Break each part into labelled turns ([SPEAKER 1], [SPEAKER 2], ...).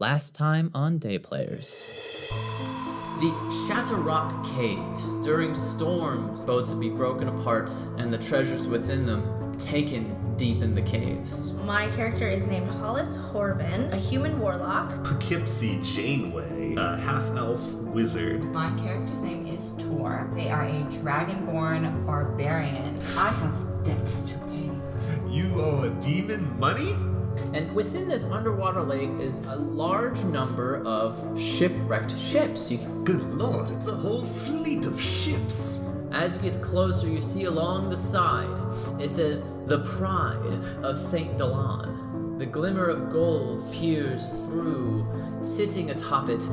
[SPEAKER 1] Last time on Day Players. The Shatterrock Caves. During storms, boats would be broken apart and the treasures within them taken deep in the caves.
[SPEAKER 2] My character is named Hollis Horvin, a human warlock.
[SPEAKER 3] Poughkeepsie Janeway, a half elf wizard.
[SPEAKER 4] My character's name is Tor. They are a dragonborn barbarian. I have debts to pay.
[SPEAKER 3] You owe a demon money?
[SPEAKER 1] And within this underwater lake is a large number of shipwrecked ships. You,
[SPEAKER 3] Good lord, it's a whole fleet of ships.
[SPEAKER 1] as you get closer, you see along the side it says, The Pride of Saint Delon. The glimmer of gold peers through, sitting atop it,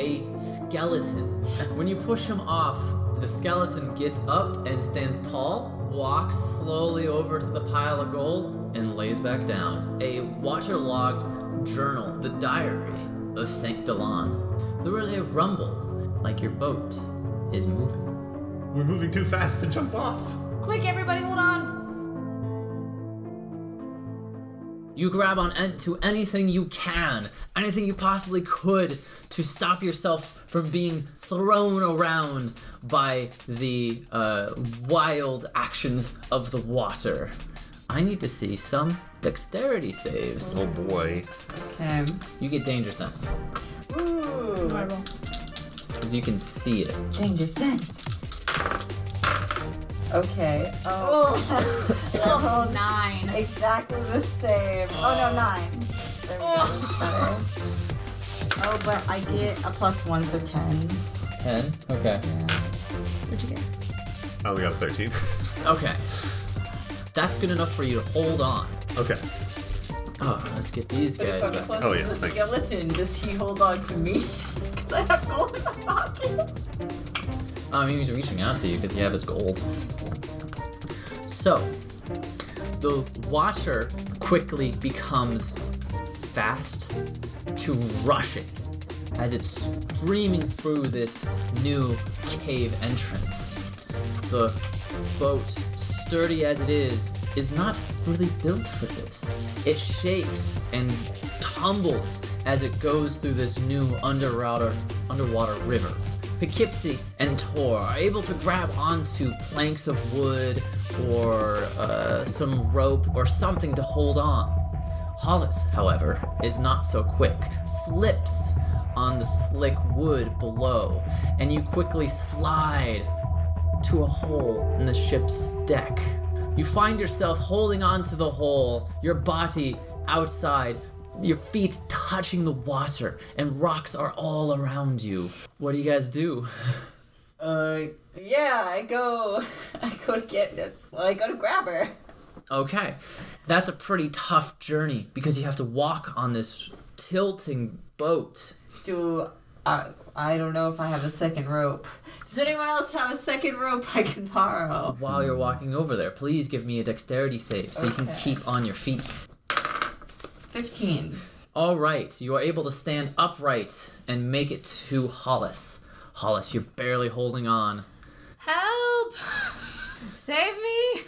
[SPEAKER 1] a skeleton. When you push him off, the skeleton gets up and stands tall, walks slowly over to the pile of gold, and lays back down. A waterlogged journal, the diary of Saint Delon. There is a rumble, like your boat is moving.
[SPEAKER 3] We're moving too fast to jump off.
[SPEAKER 2] Quick, everybody, hold on.
[SPEAKER 1] You grab on en- to anything you can, anything you possibly could to stop yourself from being thrown around by the uh, wild actions of the water. I need to see some dexterity saves.
[SPEAKER 3] Oh boy.
[SPEAKER 4] Okay.
[SPEAKER 1] You get danger sense
[SPEAKER 4] Ooh.
[SPEAKER 1] because you can see it.
[SPEAKER 4] Danger sense. Okay. Oh.
[SPEAKER 2] Oh, nine.
[SPEAKER 4] exactly the same. Oh no, nine. There we go. Better. Oh, but I get a plus one, so ten.
[SPEAKER 1] Ten. Okay.
[SPEAKER 3] I only Oh, got a 13.
[SPEAKER 1] Okay. That's good enough for you to hold on.
[SPEAKER 3] okay.
[SPEAKER 1] Oh, let's get these guys back.
[SPEAKER 3] Oh, yes, to the thank you.
[SPEAKER 4] skeleton, does he hold on to me? Because I have gold in my pocket.
[SPEAKER 1] I mean, he's Um, reaching out to you because you have his gold. So, the watcher quickly becomes fast to rushing as it's streaming through this new cave entrance. The boat, sturdy as it is, is not really built for this. It shakes and tumbles as it goes through this new underwater underwater river. Poughkeepsie and Tor are able to grab onto planks of wood or uh, some rope or something to hold on. Hollis, however, is not so quick, slips on the slick wood below, and you quickly slide to a hole in the ship's deck. You find yourself holding onto the hole, your body outside, your feet touching the water, and rocks are all around you. What do you guys do?
[SPEAKER 4] Uh, yeah, I go, I go to get, the- well, I go to grab her.
[SPEAKER 1] Okay. That's a pretty tough journey because you have to walk on this tilting boat.
[SPEAKER 4] Do I? I don't know if I have a second rope. Does anyone else have a second rope I can borrow?
[SPEAKER 1] While you're walking over there, please give me a dexterity save so you can
[SPEAKER 4] Hmm. Okay.
[SPEAKER 1] keep on your feet.
[SPEAKER 4] Fifteen.
[SPEAKER 1] All right, you are able to stand upright and make it to Hollis. Hollis, you're barely holding on.
[SPEAKER 5] Help! Save me!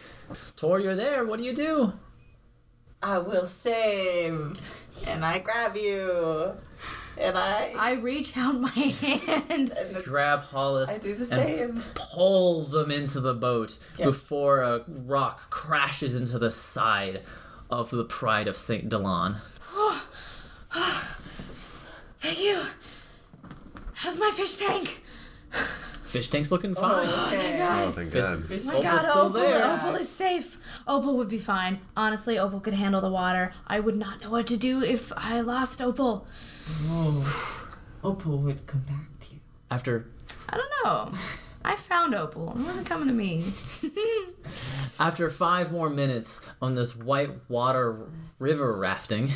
[SPEAKER 1] Tor, you're there. What do you do?
[SPEAKER 4] I will save, and I grab you, and I.
[SPEAKER 5] I reach out my hand.
[SPEAKER 4] and the-
[SPEAKER 1] Grab Hollis
[SPEAKER 4] I do the
[SPEAKER 1] and
[SPEAKER 4] same.
[SPEAKER 1] pull them into the boat
[SPEAKER 4] Yeah.
[SPEAKER 1] before a rock crashes into the side of the Pride of Saint Delon.
[SPEAKER 5] Thank you. How's my fish tank?
[SPEAKER 1] Fish tank's looking fine.
[SPEAKER 4] Okay.
[SPEAKER 3] Oh, thank God.
[SPEAKER 1] Opal's
[SPEAKER 5] My God,
[SPEAKER 1] still
[SPEAKER 5] Opal,
[SPEAKER 1] there.
[SPEAKER 5] Opal is safe. Opal would be fine. Honestly, Opal could handle the water. I would not know what to do if I lost Opal.
[SPEAKER 4] Opal would come back to you.
[SPEAKER 1] After
[SPEAKER 5] I don't know. I found Opal. It wasn't coming to me.
[SPEAKER 1] After five more minutes on this white water river rafting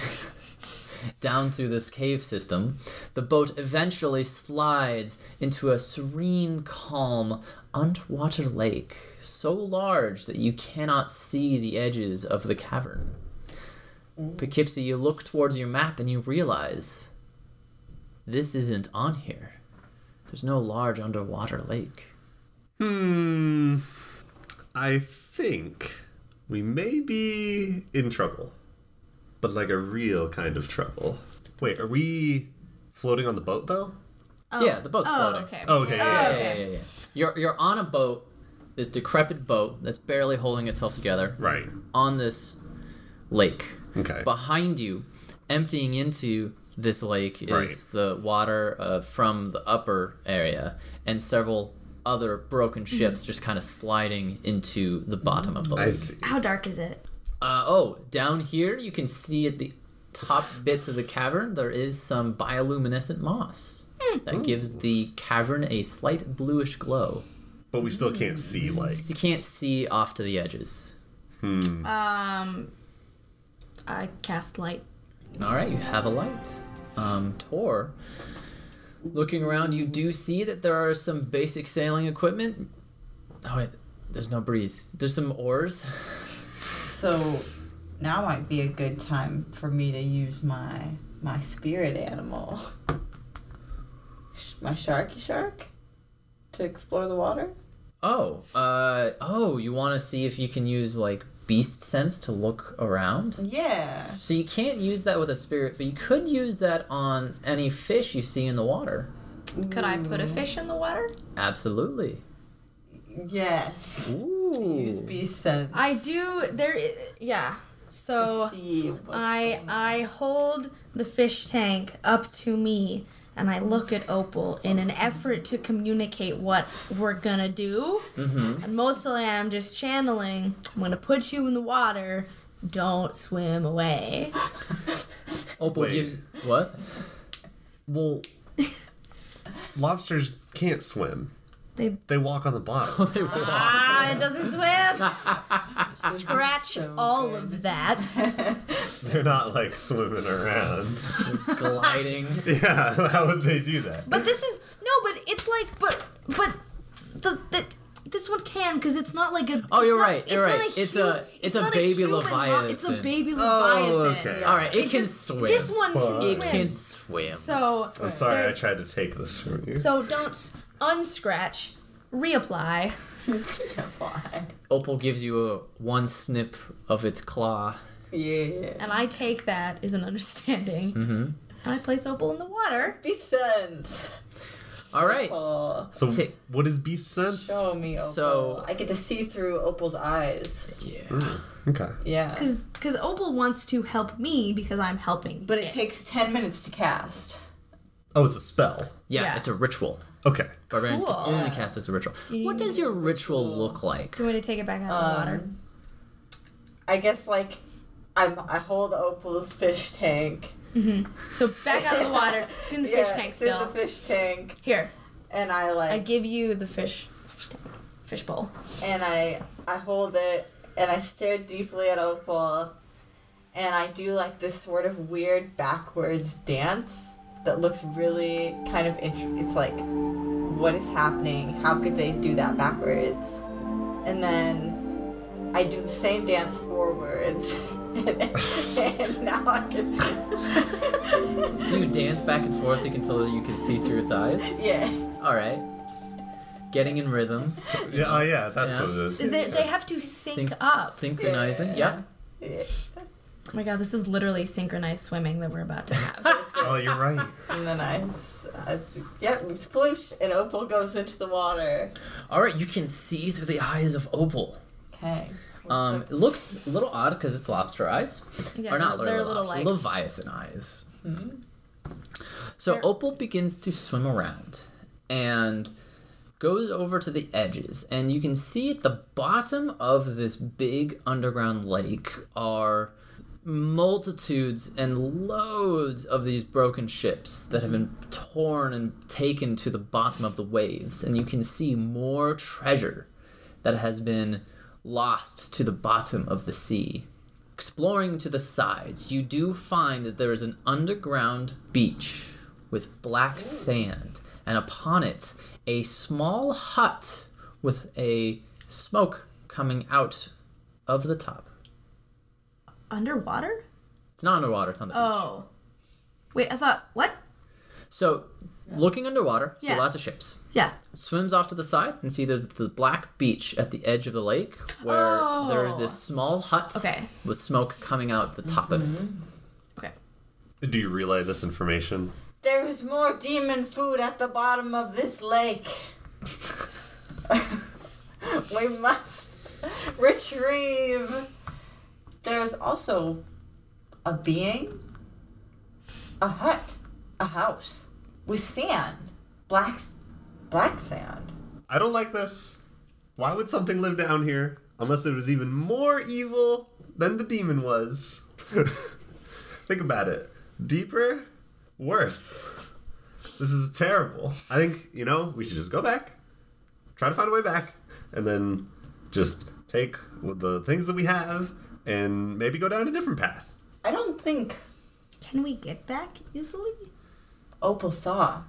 [SPEAKER 1] down through this cave system, the boat eventually slides into a serene, calm underwater lake so large that you cannot see the edges of the cavern. Poughkeepsie, you look towards your map and you realize this isn't on here. There's no large underwater lake.
[SPEAKER 3] Hmm. I think we may be in trouble, but like a real kind of trouble. Wait, are we floating on the boat though?
[SPEAKER 1] Yeah, the boat's
[SPEAKER 5] Oh,
[SPEAKER 1] floating.
[SPEAKER 5] okay.
[SPEAKER 3] Oh, okay.
[SPEAKER 1] Yeah,
[SPEAKER 3] Yeah.
[SPEAKER 1] yeah,
[SPEAKER 5] Okay.
[SPEAKER 1] yeah, yeah, yeah. You're you're on a boat, this decrepit boat that's barely holding itself together
[SPEAKER 3] Right.
[SPEAKER 1] on this lake.
[SPEAKER 3] Okay.
[SPEAKER 1] Behind you, emptying into this lake is
[SPEAKER 3] Right.
[SPEAKER 1] the water uh, from the upper area and several other broken ships just kind of sliding into the bottom of the
[SPEAKER 3] Mm-hmm. I
[SPEAKER 1] lake.
[SPEAKER 3] see.
[SPEAKER 5] How dark is it?
[SPEAKER 1] Uh, oh, down here you can see at the top bits of the cavern there is some bioluminescent moss
[SPEAKER 3] Hmm.
[SPEAKER 1] that gives the cavern a slight bluish glow.
[SPEAKER 3] But we still can't
[SPEAKER 5] Mm.
[SPEAKER 3] see like
[SPEAKER 1] You can't see off to the edges.
[SPEAKER 5] Um, I cast light.
[SPEAKER 1] All right, you have a light. Um, Tor, looking around, you do see that there are some basic sailing equipment. Oh, wait, there's no breeze. There's some oars.
[SPEAKER 4] So now might be a good time for me to use my my spirit animal, Sh- my sharky shark, to explore the water.
[SPEAKER 1] Oh, uh, oh, you want to see if you can use like beast sense to look around?
[SPEAKER 4] Yeah.
[SPEAKER 1] So you can't use that with a spirit, but you could use that on any fish you see in the water.
[SPEAKER 5] Could I put a fish in the water?
[SPEAKER 1] Absolutely.
[SPEAKER 4] Yes. Use
[SPEAKER 1] Ooh.
[SPEAKER 4] beast sense.
[SPEAKER 5] I do. There. i- Yeah. So.
[SPEAKER 4] to see what's
[SPEAKER 5] I I hold the fish tank up to me and I look at Opal in an effort to communicate what we're gonna do. Mm-hmm. And mostly I'm just channeling, I'm gonna put you in the water, don't swim away.
[SPEAKER 1] Opal
[SPEAKER 3] Wait.
[SPEAKER 1] gives what?
[SPEAKER 3] well lobsters can't swim.
[SPEAKER 5] They- Oh,
[SPEAKER 3] they walk on the bottom.
[SPEAKER 1] They walk.
[SPEAKER 5] Ah, it doesn't swim! Scratch all of that.
[SPEAKER 3] They're not like swimming around.
[SPEAKER 1] gliding.
[SPEAKER 3] yeah, how would they do that?
[SPEAKER 5] But this is, no, but it's like, but, but, the, the, this one can because it's not like a.
[SPEAKER 1] Oh,
[SPEAKER 5] it's
[SPEAKER 1] you're
[SPEAKER 5] not-
[SPEAKER 1] right, you're
[SPEAKER 5] it's
[SPEAKER 1] right.
[SPEAKER 5] Not a
[SPEAKER 1] It's
[SPEAKER 5] hu-
[SPEAKER 1] a- it's a
[SPEAKER 5] not
[SPEAKER 1] baby
[SPEAKER 5] human lo- It's a
[SPEAKER 1] leviathan.
[SPEAKER 5] baby leviathan.
[SPEAKER 3] Oh, okay.
[SPEAKER 1] All right, it, can
[SPEAKER 5] just-
[SPEAKER 1] swim.
[SPEAKER 5] This one can
[SPEAKER 3] Fuck.
[SPEAKER 1] it
[SPEAKER 5] swim.
[SPEAKER 1] can swim.
[SPEAKER 5] So
[SPEAKER 3] I'm sorry, I tried to take this from you.
[SPEAKER 5] so don't s- unscratch, reapply.
[SPEAKER 4] Why?
[SPEAKER 1] Opal gives you a one snip of its claw.
[SPEAKER 4] Yeah.
[SPEAKER 5] And I take that as an understanding. Mm-hmm. And I place opal in the water.
[SPEAKER 4] Beast sense.
[SPEAKER 1] All right.
[SPEAKER 4] Oh,
[SPEAKER 3] So,
[SPEAKER 1] Tick.
[SPEAKER 3] what is beast sense?
[SPEAKER 4] show me. Opal.
[SPEAKER 1] So-
[SPEAKER 4] I get to see through Opal's eyes.
[SPEAKER 1] Yeah.
[SPEAKER 3] Okay.
[SPEAKER 4] Yeah.
[SPEAKER 5] Because opal wants to help me because I'm helping.
[SPEAKER 4] But it takes ten minutes to cast.
[SPEAKER 3] Oh, it's a spell.
[SPEAKER 1] Yeah,
[SPEAKER 5] Yeah.
[SPEAKER 1] it's a ritual.
[SPEAKER 3] Okay.
[SPEAKER 1] Barbarians
[SPEAKER 5] Cool.
[SPEAKER 1] can only cast as a ritual. What does your ritual look like?
[SPEAKER 5] Do you want me to take it back out
[SPEAKER 4] Um.
[SPEAKER 5] of the water?
[SPEAKER 4] I guess like I'm, I hold Opal's fish tank.
[SPEAKER 5] So back out of the water. It's in the fish
[SPEAKER 4] Yeah,
[SPEAKER 5] tank
[SPEAKER 4] it's in
[SPEAKER 5] still.
[SPEAKER 4] the fish tank,
[SPEAKER 5] Here,
[SPEAKER 4] and I like
[SPEAKER 5] I give you the fish, fish tank, fish bowl.
[SPEAKER 4] and I I hold it and I stare deeply at Opal, and I do like this sort of weird backwards dance that looks really kind of int- it's like what is happening? How could they do that backwards? And then I do the same dance forwards. and now I can
[SPEAKER 1] So you dance back and forth until you can see through its eyes.
[SPEAKER 4] Yeah.
[SPEAKER 1] All right. Getting in rhythm.
[SPEAKER 3] Yeah. Oh, yeah. That's
[SPEAKER 1] Yeah.
[SPEAKER 3] what it is.
[SPEAKER 5] They, they have to sync,
[SPEAKER 1] Syn-
[SPEAKER 5] up.
[SPEAKER 1] Synchronizing.
[SPEAKER 4] Yeah.
[SPEAKER 1] Yep.
[SPEAKER 5] Oh my god, this is literally synchronized swimming that we're about to have.
[SPEAKER 3] Oh, you're right.
[SPEAKER 4] And then I, I yep, sploosh, and Opal goes into the water.
[SPEAKER 1] All right, you can see through the eyes of Opal.
[SPEAKER 4] Okay.
[SPEAKER 1] Um, it looks a little odd because it's lobster eyes.
[SPEAKER 5] Yeah,
[SPEAKER 1] or not
[SPEAKER 5] they're
[SPEAKER 1] literally
[SPEAKER 5] a little
[SPEAKER 1] lobster, leviathan
[SPEAKER 5] like- Mm-hmm.
[SPEAKER 1] eyes. So Opal begins to swim around and goes over to the edges, and you can see at the bottom of this big underground lake are multitudes and loads of these broken ships that have been torn and taken to the bottom of the waves, and you can see more treasure that has been lost to the bottom of the sea. Exploring to the sides, you do find that there is an underground beach with black sand, and upon it, a small hut with a smoke coming out of the top.
[SPEAKER 5] Underwater?
[SPEAKER 1] It's not underwater, it's on the beach.
[SPEAKER 5] Oh. Wait, I thought, what?
[SPEAKER 1] So, looking underwater, see
[SPEAKER 5] Yeah.
[SPEAKER 1] lots of ships.
[SPEAKER 5] Yeah.
[SPEAKER 1] Swims off to the side and see there's the black beach at the edge of the lake where there's
[SPEAKER 5] Oh.
[SPEAKER 1] this small hut
[SPEAKER 5] Okay. Mm-hmm.
[SPEAKER 1] with smoke coming out the top of it.
[SPEAKER 5] Okay.
[SPEAKER 6] Do you relay this information?
[SPEAKER 4] There is more demon food at the bottom of this lake. we must retrieve. There's also a being, a hut, a house with sand, black, black sand.
[SPEAKER 6] I don't like this. Why would something live down here unless it was even more evil than the demon was? think about it. Deeper, worse. This is terrible. I think, you know, we should just go back, try to find a way back, and then just take the things that we have and maybe go down a different path.
[SPEAKER 4] I don't think
[SPEAKER 5] Can we get back easily?
[SPEAKER 4] Opal saw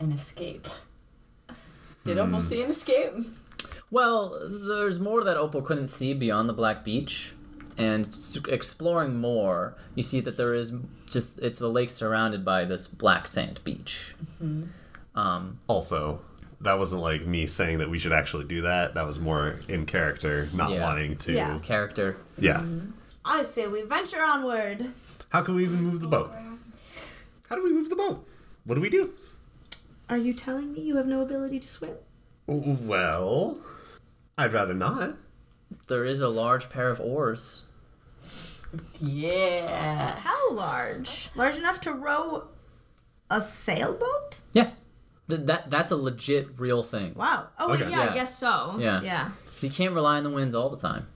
[SPEAKER 4] an escape. Did Opal
[SPEAKER 1] Hmm.
[SPEAKER 4] see an escape?
[SPEAKER 1] Well, there's more that Opal couldn't see beyond the Black Beach. And s- exploring more, you see that there is just, it's a lake surrounded by this black sand beach. Um,
[SPEAKER 6] Also, that wasn't like me saying that we should actually do that. That was more in character, not
[SPEAKER 1] Yeah.
[SPEAKER 6] wanting to.
[SPEAKER 5] Yeah.
[SPEAKER 1] character.
[SPEAKER 6] Yeah.
[SPEAKER 5] I say we venture onward.
[SPEAKER 6] How can we even move the boat? How do we move the boat? What do we do?
[SPEAKER 5] Are you telling me you have no ability to swim?
[SPEAKER 6] W- Well, I'd rather not.
[SPEAKER 1] There is a large pair of oars.
[SPEAKER 4] Yeah.
[SPEAKER 5] How large? Large enough to row a sailboat?
[SPEAKER 1] Yeah. Th- that That's a legit, real thing.
[SPEAKER 5] Wow. Oh,
[SPEAKER 6] Okay.
[SPEAKER 5] yeah,
[SPEAKER 1] Yeah.
[SPEAKER 5] I guess so.
[SPEAKER 1] Yeah.
[SPEAKER 5] Yeah.
[SPEAKER 1] 'Cause you can't rely on the winds all the time.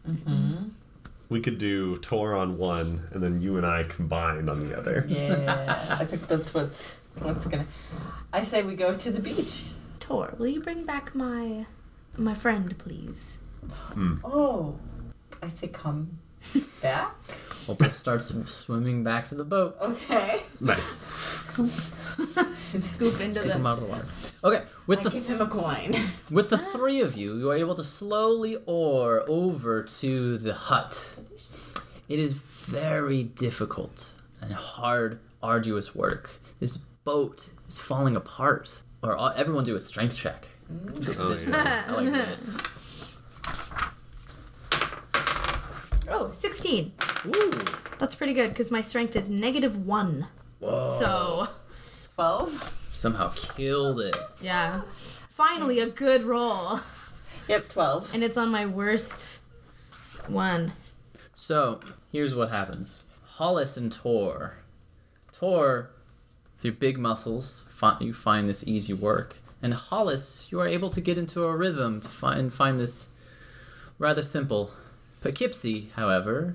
[SPEAKER 6] We could do Tor on one, and then you and I combined on the other.
[SPEAKER 4] Yeah. I think that's what's what's gonna. I say we go to the beach.
[SPEAKER 5] Tor, will you bring back my my friend, please?
[SPEAKER 4] Oh, I say come back.
[SPEAKER 1] Opal starts sw- swimming back to the boat.
[SPEAKER 4] Okay.
[SPEAKER 6] Nice.
[SPEAKER 5] Scoop. Scoop into
[SPEAKER 1] Scoop
[SPEAKER 5] the.
[SPEAKER 1] him out of the water. Okay, with
[SPEAKER 4] I
[SPEAKER 1] the
[SPEAKER 4] give him a coin.
[SPEAKER 1] With the three of you, you are able to slowly oar over to the hut. It is very difficult and hard, arduous work. This boat is falling apart. Or all, everyone do a strength check.
[SPEAKER 6] Oh,
[SPEAKER 1] This
[SPEAKER 6] yeah.
[SPEAKER 1] one. I like this.
[SPEAKER 5] Oh, 16.
[SPEAKER 1] Ooh.
[SPEAKER 5] That's pretty good because my strength is negative one.
[SPEAKER 1] Whoa.
[SPEAKER 5] So,
[SPEAKER 4] Twelve.
[SPEAKER 1] Somehow killed it.
[SPEAKER 5] yeah. Finally, a good roll.
[SPEAKER 4] Yep, twelve.
[SPEAKER 5] And it's on my worst one.
[SPEAKER 1] So here's what happens: Hollis and Tor, Tor, through big muscles, fi- you find this easy work, and Hollis, you are able to get into a rhythm to find find this rather simple. Poughkeepsie, however,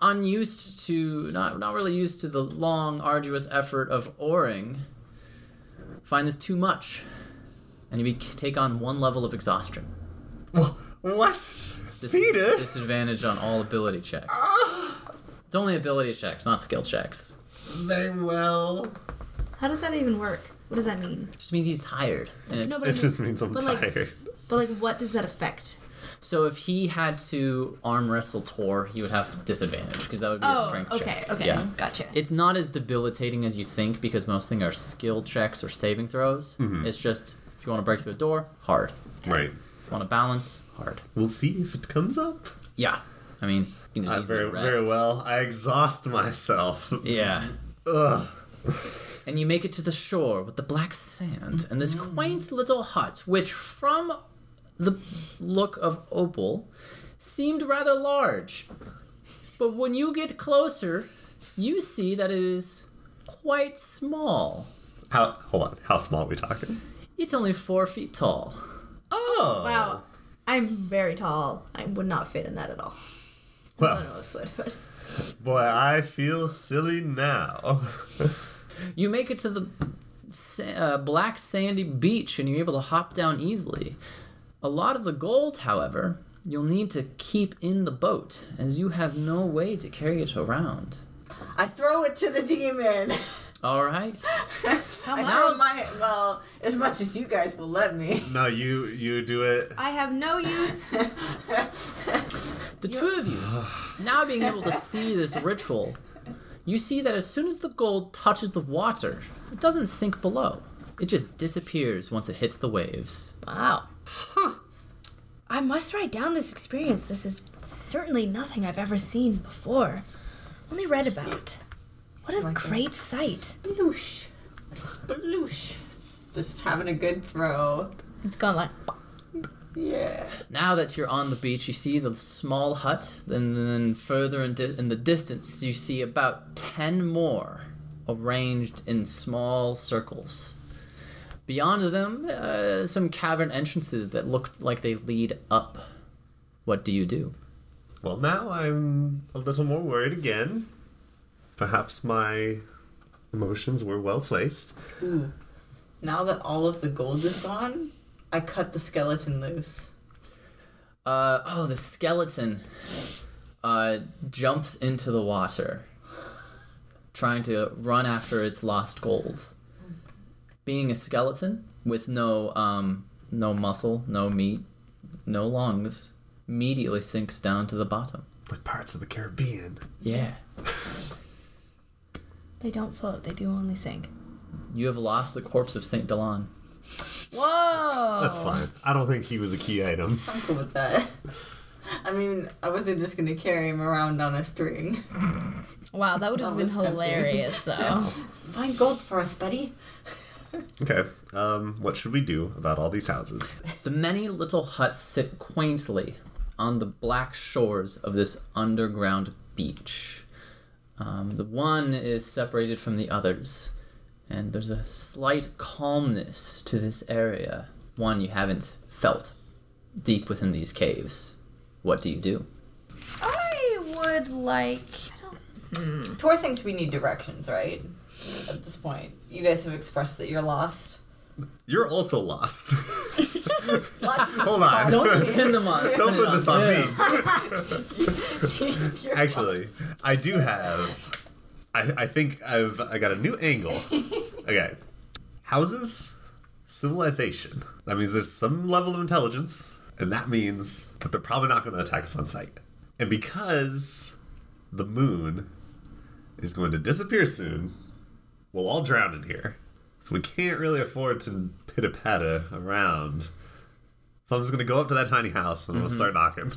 [SPEAKER 1] unused to not not really used to the long, arduous effort of oaring, find this too much, and you be- take on one level of exhaustion.
[SPEAKER 6] What?
[SPEAKER 1] Dis-
[SPEAKER 6] Peter?
[SPEAKER 1] Disadvantage on all ability checks.
[SPEAKER 5] Ah!
[SPEAKER 1] It's only ability checks, not skill checks.
[SPEAKER 6] Very well.
[SPEAKER 5] How does that even work? What does that mean?
[SPEAKER 1] Just means he's tired. And it's,
[SPEAKER 5] No, but, I
[SPEAKER 6] It
[SPEAKER 5] mean-
[SPEAKER 6] just means I'm
[SPEAKER 5] But, like-
[SPEAKER 6] tired.
[SPEAKER 5] but like, what does that affect?
[SPEAKER 1] So if he had to arm wrestle Tor, he would have disadvantage because that would be a
[SPEAKER 5] Oh,
[SPEAKER 1] strength
[SPEAKER 5] okay,
[SPEAKER 1] check.
[SPEAKER 5] okay,
[SPEAKER 1] Yeah.
[SPEAKER 5] gotcha.
[SPEAKER 1] It's not as debilitating as you think because most things are skill checks or saving throws.
[SPEAKER 6] Mm-hmm.
[SPEAKER 1] It's just if you want to break through a door, hard.
[SPEAKER 6] Right.
[SPEAKER 1] Want to balance, hard.
[SPEAKER 6] We'll see if it comes up.
[SPEAKER 1] Yeah. I mean, you can just
[SPEAKER 6] Uh,
[SPEAKER 1] easily
[SPEAKER 6] very,
[SPEAKER 1] rest.
[SPEAKER 6] very well. I exhaust myself.
[SPEAKER 1] Yeah.
[SPEAKER 6] Ugh.
[SPEAKER 1] and you make it to the shore with the black sand and this quaint little hut, which, from the look of Opal, seemed rather large. But when you get closer, you see that it is quite small.
[SPEAKER 6] How? Hold on. How small are we talking?
[SPEAKER 1] It's only four feet tall.
[SPEAKER 6] Oh.
[SPEAKER 5] Wow. I'm very tall. I would not fit in that at all. I don't
[SPEAKER 6] Well,
[SPEAKER 5] know, sweat, but
[SPEAKER 6] boy, I feel silly now.
[SPEAKER 1] You make it to the sa- uh, black sandy beach and you're able to hop down easily. A lot of the gold, however, you'll need to keep in the boat as you have no way to carry it around.
[SPEAKER 4] I throw it to the demon.
[SPEAKER 1] All right.
[SPEAKER 5] how
[SPEAKER 4] I
[SPEAKER 5] much?
[SPEAKER 4] throw my well as much as you guys will let me.
[SPEAKER 6] no, you you do it.
[SPEAKER 5] I have no use.
[SPEAKER 1] The two of you, now being able to see this ritual, you see that as soon as the gold touches the water, it doesn't sink below. It just disappears once it hits the waves.
[SPEAKER 5] wow. I must write down this experience. This is certainly nothing I've ever seen before. Only read about. What a
[SPEAKER 4] Like a-
[SPEAKER 5] great sight.
[SPEAKER 4] Sploosh. Sploosh. Just having a good throw.
[SPEAKER 5] It's gone like.
[SPEAKER 4] Yeah.
[SPEAKER 1] Now that you're on the beach, you see the small hut, and then further in, di- in the distance, you see about 10 more arranged in small circles. Beyond them, uh, some cavern entrances that look like they lead up. What do you do?
[SPEAKER 6] Well, now I'm a little more worried again. Perhaps my emotions were well placed.
[SPEAKER 4] Ooh. Now that all of the gold is gone, I cut the skeleton loose.
[SPEAKER 1] Uh, oh, the skeleton uh, jumps into the water, trying to run after its lost gold. Being a skeleton with no um, no muscle, no meat, no lungs, immediately sinks down to the bottom.
[SPEAKER 6] Like Pirates of the Caribbean.
[SPEAKER 1] Yeah,
[SPEAKER 5] They don't float, they do only sink.
[SPEAKER 1] you have lost the corpse of Saint Delon.
[SPEAKER 5] Whoa!
[SPEAKER 6] That's fine. I don't think he was a key item.
[SPEAKER 4] I'm cool with that. I mean, I wasn't just gonna carry him around on a string.
[SPEAKER 5] Wow, that would have
[SPEAKER 4] That
[SPEAKER 5] been
[SPEAKER 4] was tempting.
[SPEAKER 5] hilarious, though.
[SPEAKER 4] Find gold for us, buddy.
[SPEAKER 6] Okay. Um, what should we do about all these houses?
[SPEAKER 1] The many little huts sit quaintly on the black shores of this underground beach. Um, the one is separated from the others, and there's a slight calmness to this area, one you haven't felt deep within these caves. What do you do?
[SPEAKER 5] I would like.
[SPEAKER 4] Tor thinks we need directions, right? At this point, you guys have expressed that you're lost.
[SPEAKER 6] You're also lost.
[SPEAKER 4] Logic
[SPEAKER 6] Hold on.
[SPEAKER 1] Don't just pin them on.
[SPEAKER 6] Don't put this on me.
[SPEAKER 4] is- you're
[SPEAKER 6] Actually, I do have. I, I think I've I got a new angle. Okay, houses, civilization. That means there's some level of intelligence, and that means that they're probably not going to attack us on sight. And because the moon is going to disappear soon, we'll all drown in here. So we can't really afford to pitta patta around. So I'm just going to go up to that tiny house and I'm going to start knocking.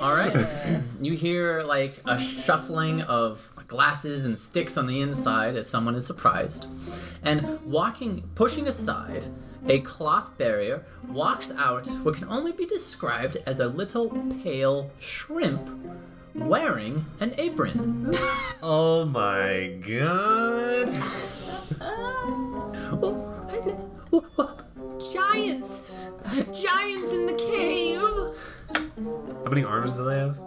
[SPEAKER 1] All right. You hear like a shuffling of glasses and sticks on the inside as someone is surprised. And walking, pushing aside a cloth barrier, walks out what can only be described as a little pale shrimp wearing an apron.
[SPEAKER 6] Oh my god.
[SPEAKER 1] Oh, I- oh, oh, Giants! Giants in the cave!
[SPEAKER 6] How many arms do they have?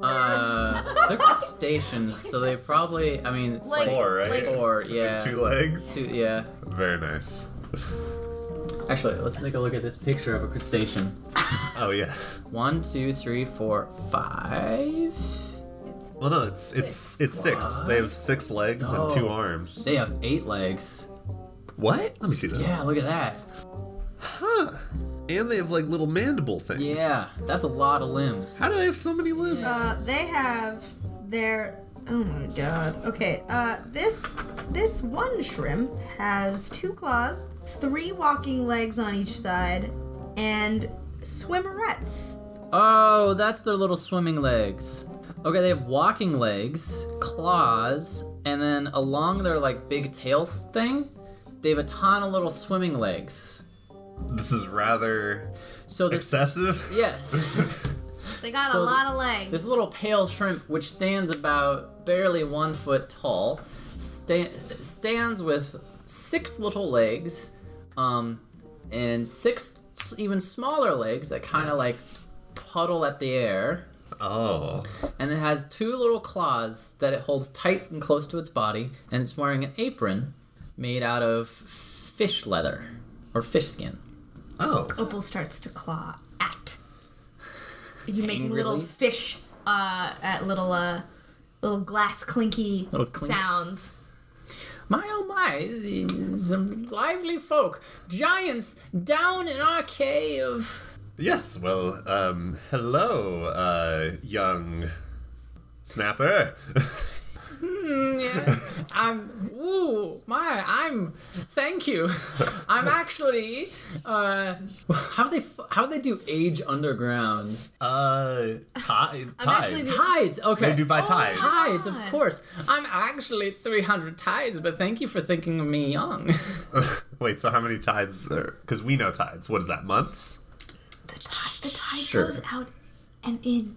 [SPEAKER 1] Uh, they're crustaceans, so they probably, I mean, it's like,
[SPEAKER 5] Like-
[SPEAKER 6] Four, right?
[SPEAKER 5] like-
[SPEAKER 1] four, yeah.
[SPEAKER 6] Two legs.
[SPEAKER 1] Two, yeah.
[SPEAKER 6] Very nice.
[SPEAKER 1] Actually, let's take a look at this picture of a crustacean.
[SPEAKER 6] Oh yeah.
[SPEAKER 1] One, two, three, four, five.
[SPEAKER 6] Well, no, it's it's it's six. They have six legs and two
[SPEAKER 1] No.
[SPEAKER 6] arms.
[SPEAKER 1] They have eight legs.
[SPEAKER 6] What? Let me see this.
[SPEAKER 1] Yeah, look at that.
[SPEAKER 6] Huh. And they have like little mandible things.
[SPEAKER 1] Yeah, that's a lot of limbs.
[SPEAKER 6] How do they have so many limbs?
[SPEAKER 7] Uh, they have their. Oh my god. Okay. Uh, this this one shrimp has two claws, three walking legs on each side, and swimmerettes.
[SPEAKER 1] Oh, that's their little swimming legs. Okay, they have walking legs, claws, and then along their like big tails thing, they have a ton of little swimming legs.
[SPEAKER 6] This is rather
[SPEAKER 1] So this
[SPEAKER 6] excessive.
[SPEAKER 1] yes.
[SPEAKER 5] They got
[SPEAKER 1] So-
[SPEAKER 5] a lot of legs.
[SPEAKER 1] This little pale shrimp, which stands about barely one foot tall, sta- stands with six little legs, um, and six s- even smaller legs that kind of like puddle at the air.
[SPEAKER 6] Oh.
[SPEAKER 1] And it has two little claws that it holds tight and close to its body, and it's wearing an apron made out of fish leather or fish skin.
[SPEAKER 6] Oh.
[SPEAKER 5] Opal starts to claw at. You making
[SPEAKER 1] Angrily?
[SPEAKER 5] little fish, uh, at little, uh, little glass clinky
[SPEAKER 1] Little clinks.
[SPEAKER 5] sounds.
[SPEAKER 1] My oh my, some lively folk, giants down in our cave.
[SPEAKER 6] Yes. Well. Um. Hello, uh, young snapper.
[SPEAKER 1] Yeah. I'm ooh my I'm thank you. I'm actually uh how do they f- how do they do age underground
[SPEAKER 6] Uh, tie,
[SPEAKER 5] actually
[SPEAKER 6] tides.
[SPEAKER 5] the-
[SPEAKER 1] tides? Okay, Oh,
[SPEAKER 6] They do by tides.
[SPEAKER 1] tides of
[SPEAKER 5] God.
[SPEAKER 1] course. I'm actually 300 tides, but thank you for thinking of me young.
[SPEAKER 6] Wait, so how many tides are? Because we know tides. What is that? Months?
[SPEAKER 5] The tide, the tide
[SPEAKER 1] Sure.
[SPEAKER 5] goes out and in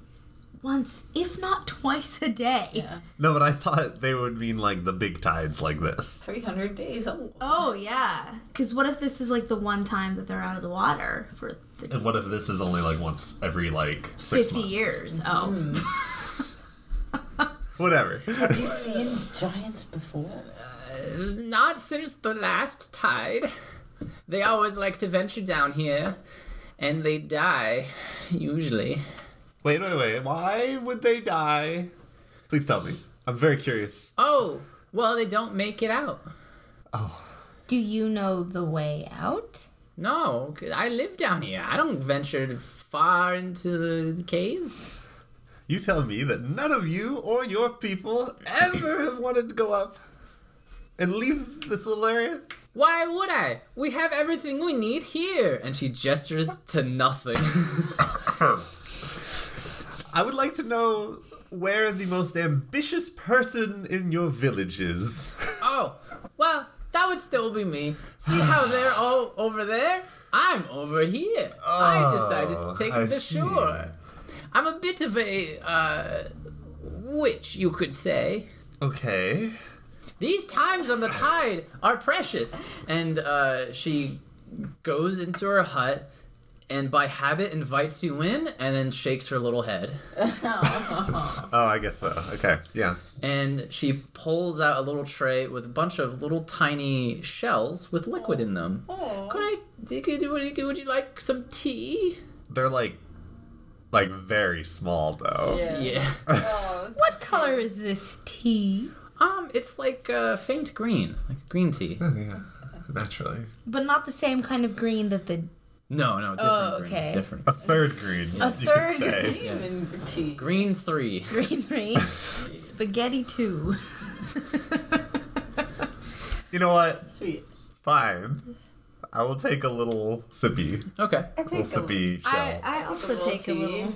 [SPEAKER 5] once, if not twice a day.
[SPEAKER 6] No, but I thought they would mean like the big tides like this.
[SPEAKER 4] 300 days old.
[SPEAKER 5] Oh yeah, because what if this is like the one time that they're out of the water for the
[SPEAKER 6] And what if this is only like once every like six
[SPEAKER 5] fifty
[SPEAKER 6] months? Mm-hmm.
[SPEAKER 5] years? Oh,
[SPEAKER 6] Whatever.
[SPEAKER 4] Have you seen giants before?
[SPEAKER 1] Not since the last tide. They always like to venture down here, and they die usually.
[SPEAKER 6] wait, wait, wait. Why would they die? Please tell me. I'm very curious.
[SPEAKER 1] Oh well, they don't make it out.
[SPEAKER 5] do you know the way out?
[SPEAKER 1] No, 'cause I live down here. I don't venture far into the caves.
[SPEAKER 6] You tell me that none of you or your people ever have wanted to go up and leave this little area.
[SPEAKER 1] Why would I? We have everything we need here. And she gestures to nothing.
[SPEAKER 6] I would like to know where the most ambitious person in your village is.
[SPEAKER 1] oh, well, that would still be me. See how they're all over there? I'm over here. I decided to take
[SPEAKER 6] Oh, I
[SPEAKER 1] the
[SPEAKER 6] see.
[SPEAKER 1] shore. I'm a bit of a uh, witch, you could say.
[SPEAKER 6] Okay.
[SPEAKER 1] These times on the tide are precious. And uh, she goes into her hut and by habit invites you in and then shakes her little head.
[SPEAKER 6] Oh, I guess so. Okay. Yeah.
[SPEAKER 1] And she pulls out a little tray with a bunch of little tiny shells with liquid in them.
[SPEAKER 4] Oh.
[SPEAKER 1] Could I, could, would, you, would you like some tea?
[SPEAKER 6] They're like like very small though.
[SPEAKER 1] Yeah.
[SPEAKER 4] Oh,
[SPEAKER 5] What color is this tea?
[SPEAKER 1] Um, it's like uh, faint green, like green tea.
[SPEAKER 6] yeah. Naturally.
[SPEAKER 5] But not the same kind of green that the
[SPEAKER 1] No, no, different
[SPEAKER 5] Oh,
[SPEAKER 1] green.
[SPEAKER 5] okay.
[SPEAKER 1] Different.
[SPEAKER 6] A third green.
[SPEAKER 5] A
[SPEAKER 6] you
[SPEAKER 5] third
[SPEAKER 6] could say.
[SPEAKER 4] demon
[SPEAKER 1] Yes.
[SPEAKER 4] tea.
[SPEAKER 1] Green three.
[SPEAKER 5] green green spaghetti too.
[SPEAKER 6] You know what?
[SPEAKER 4] Sweet.
[SPEAKER 6] Fine. I will take a little sippy.
[SPEAKER 1] Okay.
[SPEAKER 4] I
[SPEAKER 6] Little
[SPEAKER 4] take a
[SPEAKER 6] sippy shell.
[SPEAKER 5] I, I also
[SPEAKER 4] little
[SPEAKER 5] take a
[SPEAKER 4] tea.
[SPEAKER 5] little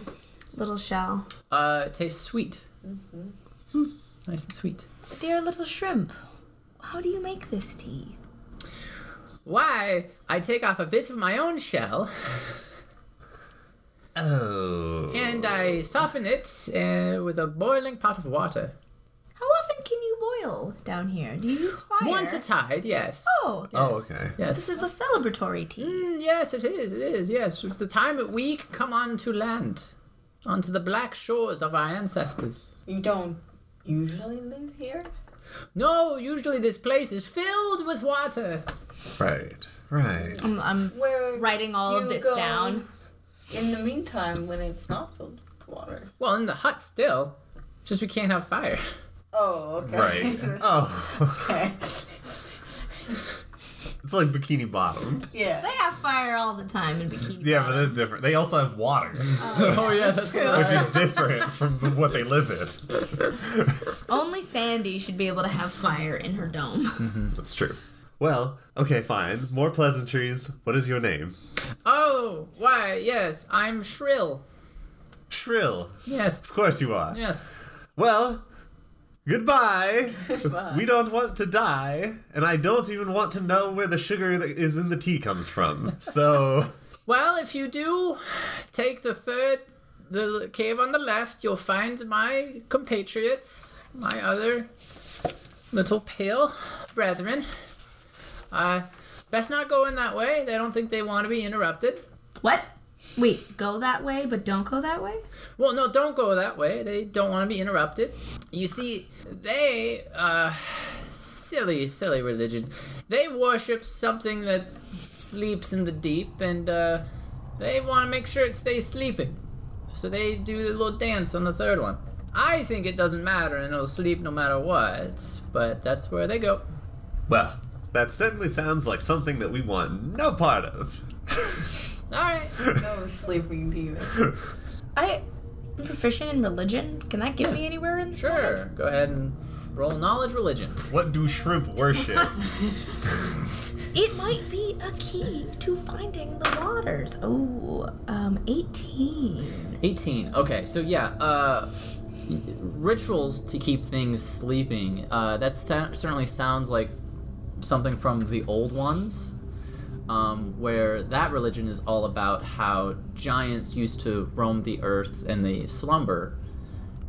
[SPEAKER 5] little shell.
[SPEAKER 1] Uh, it tastes sweet.
[SPEAKER 5] Mm-hmm.
[SPEAKER 1] Hmm. Nice and sweet.
[SPEAKER 5] Dear little shrimp, how do you make this tea?
[SPEAKER 1] Why? I take off a bit of my own shell
[SPEAKER 6] Oh.
[SPEAKER 1] and I soften it uh, with a boiling pot of water.
[SPEAKER 5] How often can you boil down here? Do you use fire?
[SPEAKER 1] Once a tide, yes.
[SPEAKER 5] Oh,
[SPEAKER 6] Oh, okay.
[SPEAKER 1] Yes.
[SPEAKER 5] this is a celebratory tea.
[SPEAKER 1] Mm, yes, it is. It is. Yes, it's the time that we can come on to land, onto the black shores of our ancestors.
[SPEAKER 4] You don't usually live here?
[SPEAKER 1] No, usually this place is filled with water.
[SPEAKER 6] Right. Right.
[SPEAKER 5] I'm, I'm
[SPEAKER 4] Where
[SPEAKER 5] writing all of
[SPEAKER 4] you
[SPEAKER 5] this
[SPEAKER 4] go
[SPEAKER 5] down.
[SPEAKER 4] In the meantime, when it's not filled with water.
[SPEAKER 1] Well, in the hut still, it's just we can't have fire.
[SPEAKER 4] Oh, okay.
[SPEAKER 6] Right. Oh.
[SPEAKER 4] okay.
[SPEAKER 6] It's like Bikini Bottom.
[SPEAKER 5] They
[SPEAKER 4] Yeah.
[SPEAKER 5] have fire all the time in Bikini.
[SPEAKER 6] Yeah, but
[SPEAKER 5] Bottom.
[SPEAKER 6] that's different. They also have water,
[SPEAKER 1] Oh yeah, that's,
[SPEAKER 6] which is different from what they live in.
[SPEAKER 5] only Sandy should be able to have fire in her dome.
[SPEAKER 6] That's true. Well, okay, fine. More pleasantries. What is your name?
[SPEAKER 1] Oh, why? Yes, I'm shrill.
[SPEAKER 6] Shrill.
[SPEAKER 1] Yes,
[SPEAKER 6] Of course you are.
[SPEAKER 1] yes.
[SPEAKER 6] Well, goodbye.
[SPEAKER 4] Goodbye.
[SPEAKER 6] We don't want to die, and I don't even want to know where the sugar that is in the tea comes from. So,
[SPEAKER 1] Well, if you do take the third, the cave on the left, you'll find my compatriots, my other little pale brethren. Uh, best not go in that way. They don't think they want to be interrupted.
[SPEAKER 5] what? Wait, go that way, but don't go that way.
[SPEAKER 1] Well, no, don't go that way. They don't want to be interrupted. You see, they, uh, silly, silly religion. They worship something that sleeps in the deep, and, uh, they want to make sure it stays sleeping. So they do the little dance on the third one. I think it doesn't matter, and it'll sleep no matter what, but that's where they go.
[SPEAKER 6] well, that certainly sounds like something that we want no part of.
[SPEAKER 1] Alright.
[SPEAKER 4] No sleeping demon.
[SPEAKER 5] I am proficient in religion. Can that get me anywhere in the
[SPEAKER 1] Sure. Go ahead and Roll knowledge religion.
[SPEAKER 6] What do shrimp worship?
[SPEAKER 5] It might be a key to finding the waters. Oh, um, 18.
[SPEAKER 1] 18. Okay, so yeah, uh, rituals to keep things sleeping. Uh, that sa- certainly sounds like something from the old ones, um, where that religion is all about how giants used to roam the earth and they slumber,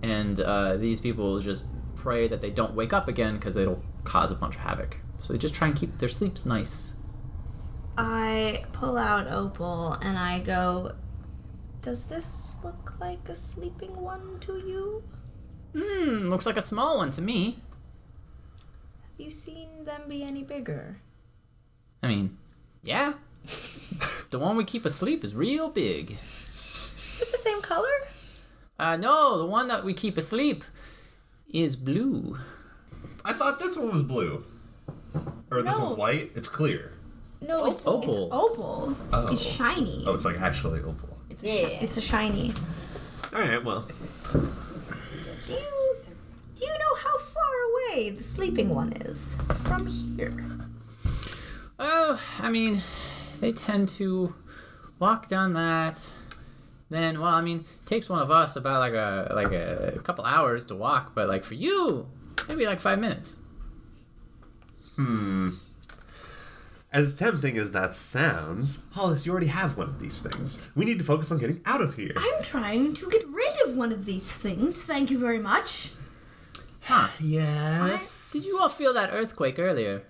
[SPEAKER 1] and uh, these people just pray that they don't wake up again because it'll cause a bunch of havoc. So they just try and keep their sleeps nice.
[SPEAKER 5] I pull out Opal and I go, Does this look like a sleeping one to you?
[SPEAKER 1] Hmm, looks like a small one to me.
[SPEAKER 5] Have you seen them be any bigger?
[SPEAKER 1] I mean, yeah. the one we keep asleep is real big.
[SPEAKER 5] Is it the same color?
[SPEAKER 1] Uh, no, the one that we keep asleep is blue.
[SPEAKER 6] I thought this one was blue. Or this one's white. It's clear.
[SPEAKER 5] No, it's,
[SPEAKER 1] Opal.
[SPEAKER 5] it's opal.
[SPEAKER 6] Oh.
[SPEAKER 5] It's shiny.
[SPEAKER 6] Oh, it's like actually opal.
[SPEAKER 5] It's, a shi- it's a shiny.
[SPEAKER 6] All right, well.
[SPEAKER 5] Do you, do you know how far away the sleeping one is from here?
[SPEAKER 1] Oh, I mean, they tend to walk down that. Then, well, I mean, it takes one of us about like a like a couple hours to walk, but like for you, maybe like five minutes.
[SPEAKER 6] As tempting as that sounds, Hollis, you already have one of these things. We need to focus on getting out of here.
[SPEAKER 7] I'm trying to get rid of one of these things. Thank you very much.
[SPEAKER 1] Huh?
[SPEAKER 6] Yes.
[SPEAKER 1] Did you all feel that earthquake earlier?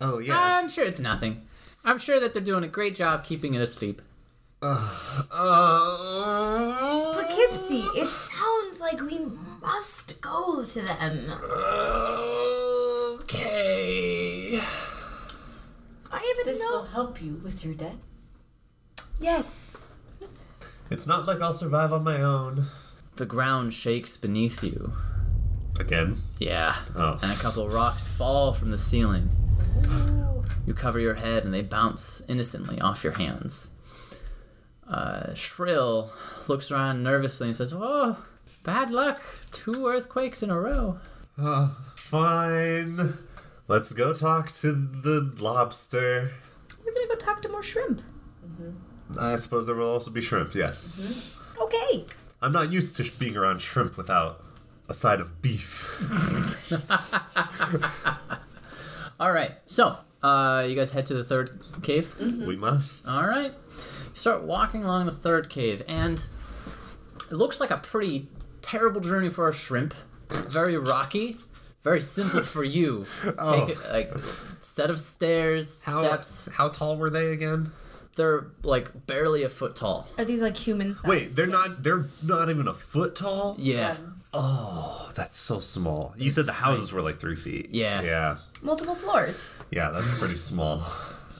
[SPEAKER 6] Oh, yes.
[SPEAKER 1] I'm sure it's nothing. I'm sure that they're doing a great job keeping it asleep.
[SPEAKER 6] Uh,
[SPEAKER 7] Poughkeepsie, it sounds like we must go to them.
[SPEAKER 1] Okay.
[SPEAKER 7] I even
[SPEAKER 4] This will
[SPEAKER 7] know.
[SPEAKER 4] help you with your debt.
[SPEAKER 7] Yes.
[SPEAKER 6] It's not like I'll survive on my own.
[SPEAKER 1] The ground shakes beneath you.
[SPEAKER 6] Again?
[SPEAKER 1] Yeah.
[SPEAKER 6] Oh.
[SPEAKER 1] And a couple rocks fall from the ceiling. You cover your head and they bounce innocently off your hands. Uh, Shrill looks around nervously and says, Whoa, bad luck. Two earthquakes in a row.
[SPEAKER 6] Fine. Let's go talk to the lobster.
[SPEAKER 7] We're gonna go talk to more shrimp.
[SPEAKER 6] I suppose there will also be shrimp, yes.
[SPEAKER 7] Okay.
[SPEAKER 6] I'm not used to sh- being around shrimp without a side of beef.
[SPEAKER 1] All right. So, uh, you guys head to the third cave?
[SPEAKER 6] we must.
[SPEAKER 1] All right. You start walking along the third cave, and it looks like a pretty terrible journey for a shrimp. Very rocky, very simple for you.
[SPEAKER 6] Oh.
[SPEAKER 1] Take it, like set of stairs, steps.
[SPEAKER 6] how tall were they again?
[SPEAKER 1] They're like barely a foot tall.
[SPEAKER 5] Are these like human sized?
[SPEAKER 6] Wait, they're not they're not even a foot tall?
[SPEAKER 1] Yeah.
[SPEAKER 4] Um,
[SPEAKER 6] Oh, that's so small. You said the houses were like three feet.
[SPEAKER 1] Yeah.
[SPEAKER 6] Yeah.
[SPEAKER 5] multiple floors.
[SPEAKER 6] Yeah, that's pretty small.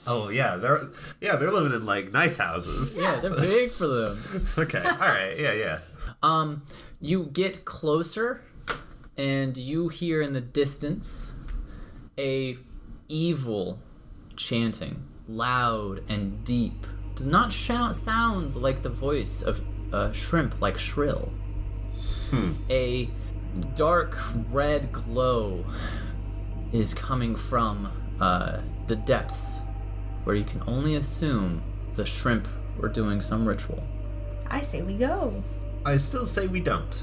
[SPEAKER 6] Oh yeah, they're yeah, they're living in like nice houses.
[SPEAKER 1] Yeah, they're big for them.
[SPEAKER 6] Okay. All right. Yeah, yeah.
[SPEAKER 1] Um, you get closer, and you hear in the distance a evil chanting, loud and deep. Does not shout, sound like the voice of a shrimp, like shrill. A dark red glow is coming from uh, the depths, where you can only assume the shrimp were doing some ritual.
[SPEAKER 5] I say we go.
[SPEAKER 6] I still say we don't,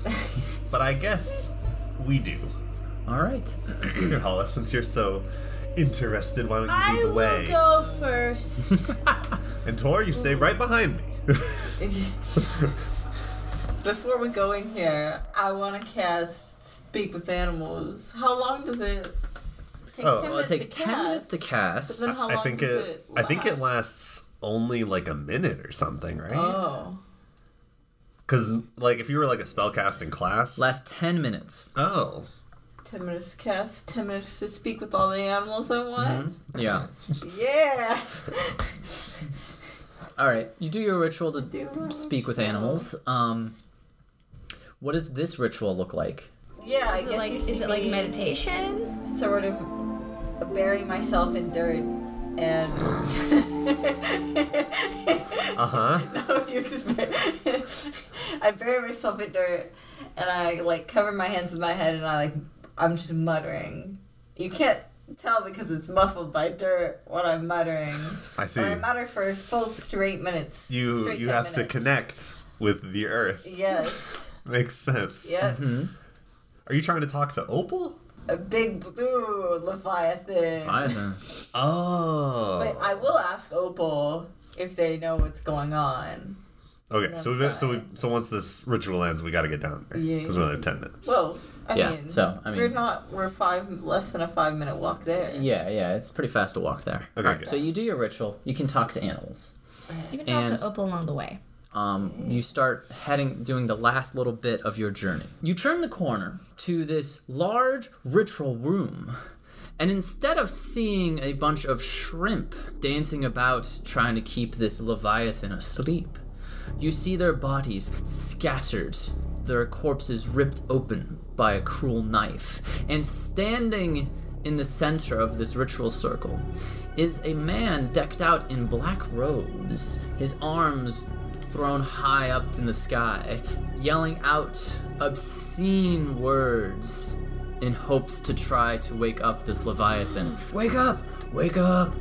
[SPEAKER 6] but I guess we do.
[SPEAKER 1] All right.
[SPEAKER 6] Here, Hollis, since you're so interested, why don't you
[SPEAKER 7] I
[SPEAKER 6] lead the way?
[SPEAKER 7] will go first.
[SPEAKER 6] And Tor, you stay right behind me.
[SPEAKER 4] Before we go in here, I want to cast Speak with Animals. How long does it take?
[SPEAKER 6] Oh,
[SPEAKER 1] Well, it takes 10 minutes to cast.
[SPEAKER 4] But then how
[SPEAKER 6] I
[SPEAKER 4] long
[SPEAKER 6] think
[SPEAKER 4] does
[SPEAKER 6] it.
[SPEAKER 4] it
[SPEAKER 6] I think it
[SPEAKER 4] last?
[SPEAKER 6] lasts only like a minute or something, right?
[SPEAKER 4] Oh.
[SPEAKER 6] Because like if you were like a spellcasting class.
[SPEAKER 1] Last 10 minutes.
[SPEAKER 6] oh,
[SPEAKER 4] 10 minutes to cast, 10 minutes to speak with all the animals I want.
[SPEAKER 1] Yeah.
[SPEAKER 4] Yeah!
[SPEAKER 1] Mm-hmm. All right. You do your ritual to speak with animals. Um, what does this ritual look like?
[SPEAKER 4] Yeah, I
[SPEAKER 5] Is it
[SPEAKER 4] guess
[SPEAKER 5] like
[SPEAKER 4] you see
[SPEAKER 5] is it like
[SPEAKER 4] me
[SPEAKER 5] meditation?
[SPEAKER 4] sort of bury myself in dirt and.
[SPEAKER 6] uh huh.
[SPEAKER 4] No, you just bur- I bury myself in dirt and I like cover my hands with my head and I like I'm just muttering. You can't tell because it's muffled by dirt what I'm muttering.
[SPEAKER 6] I see.
[SPEAKER 4] But I mutter for full straight minutes.
[SPEAKER 6] You
[SPEAKER 4] straight
[SPEAKER 6] you
[SPEAKER 4] 10
[SPEAKER 6] have to
[SPEAKER 4] minutes.
[SPEAKER 6] connect with the earth.
[SPEAKER 4] Yes.
[SPEAKER 6] Makes sense.
[SPEAKER 4] Yep.
[SPEAKER 6] Are you trying to talk to Opal?
[SPEAKER 4] A big blue leviathan.
[SPEAKER 1] Leviathan.
[SPEAKER 6] Oh.
[SPEAKER 1] Uh,
[SPEAKER 4] But I will ask Opal if they know what's going on.
[SPEAKER 6] okay. So
[SPEAKER 4] That's
[SPEAKER 6] we so we,
[SPEAKER 4] fine.
[SPEAKER 6] so once this ritual ends, we got to get down there
[SPEAKER 4] Yeah.
[SPEAKER 6] because we only have ten minutes.
[SPEAKER 4] Well, I
[SPEAKER 1] Yeah,
[SPEAKER 4] mean,
[SPEAKER 1] so, I
[SPEAKER 4] we're
[SPEAKER 1] mean-
[SPEAKER 4] not we're five less than a five minute walk there.
[SPEAKER 1] Yeah, yeah, it's pretty fast to walk there.
[SPEAKER 6] Okay,
[SPEAKER 1] All right,
[SPEAKER 6] good.
[SPEAKER 1] so you do your ritual. You can talk to animals.
[SPEAKER 5] You can talk
[SPEAKER 1] And-
[SPEAKER 5] to Opal along the way.
[SPEAKER 1] Um, you start heading, doing the last little bit of your journey. You turn the corner to this large ritual room, and instead of seeing a bunch of shrimp dancing about trying to keep this leviathan asleep, you see their bodies scattered, their corpses ripped open by a cruel knife. And standing in the center of this ritual circle is a man decked out in black robes, his arms thrown high up in the sky, yelling out obscene words in hopes to try to wake up this leviathan. Wake up! Wake up!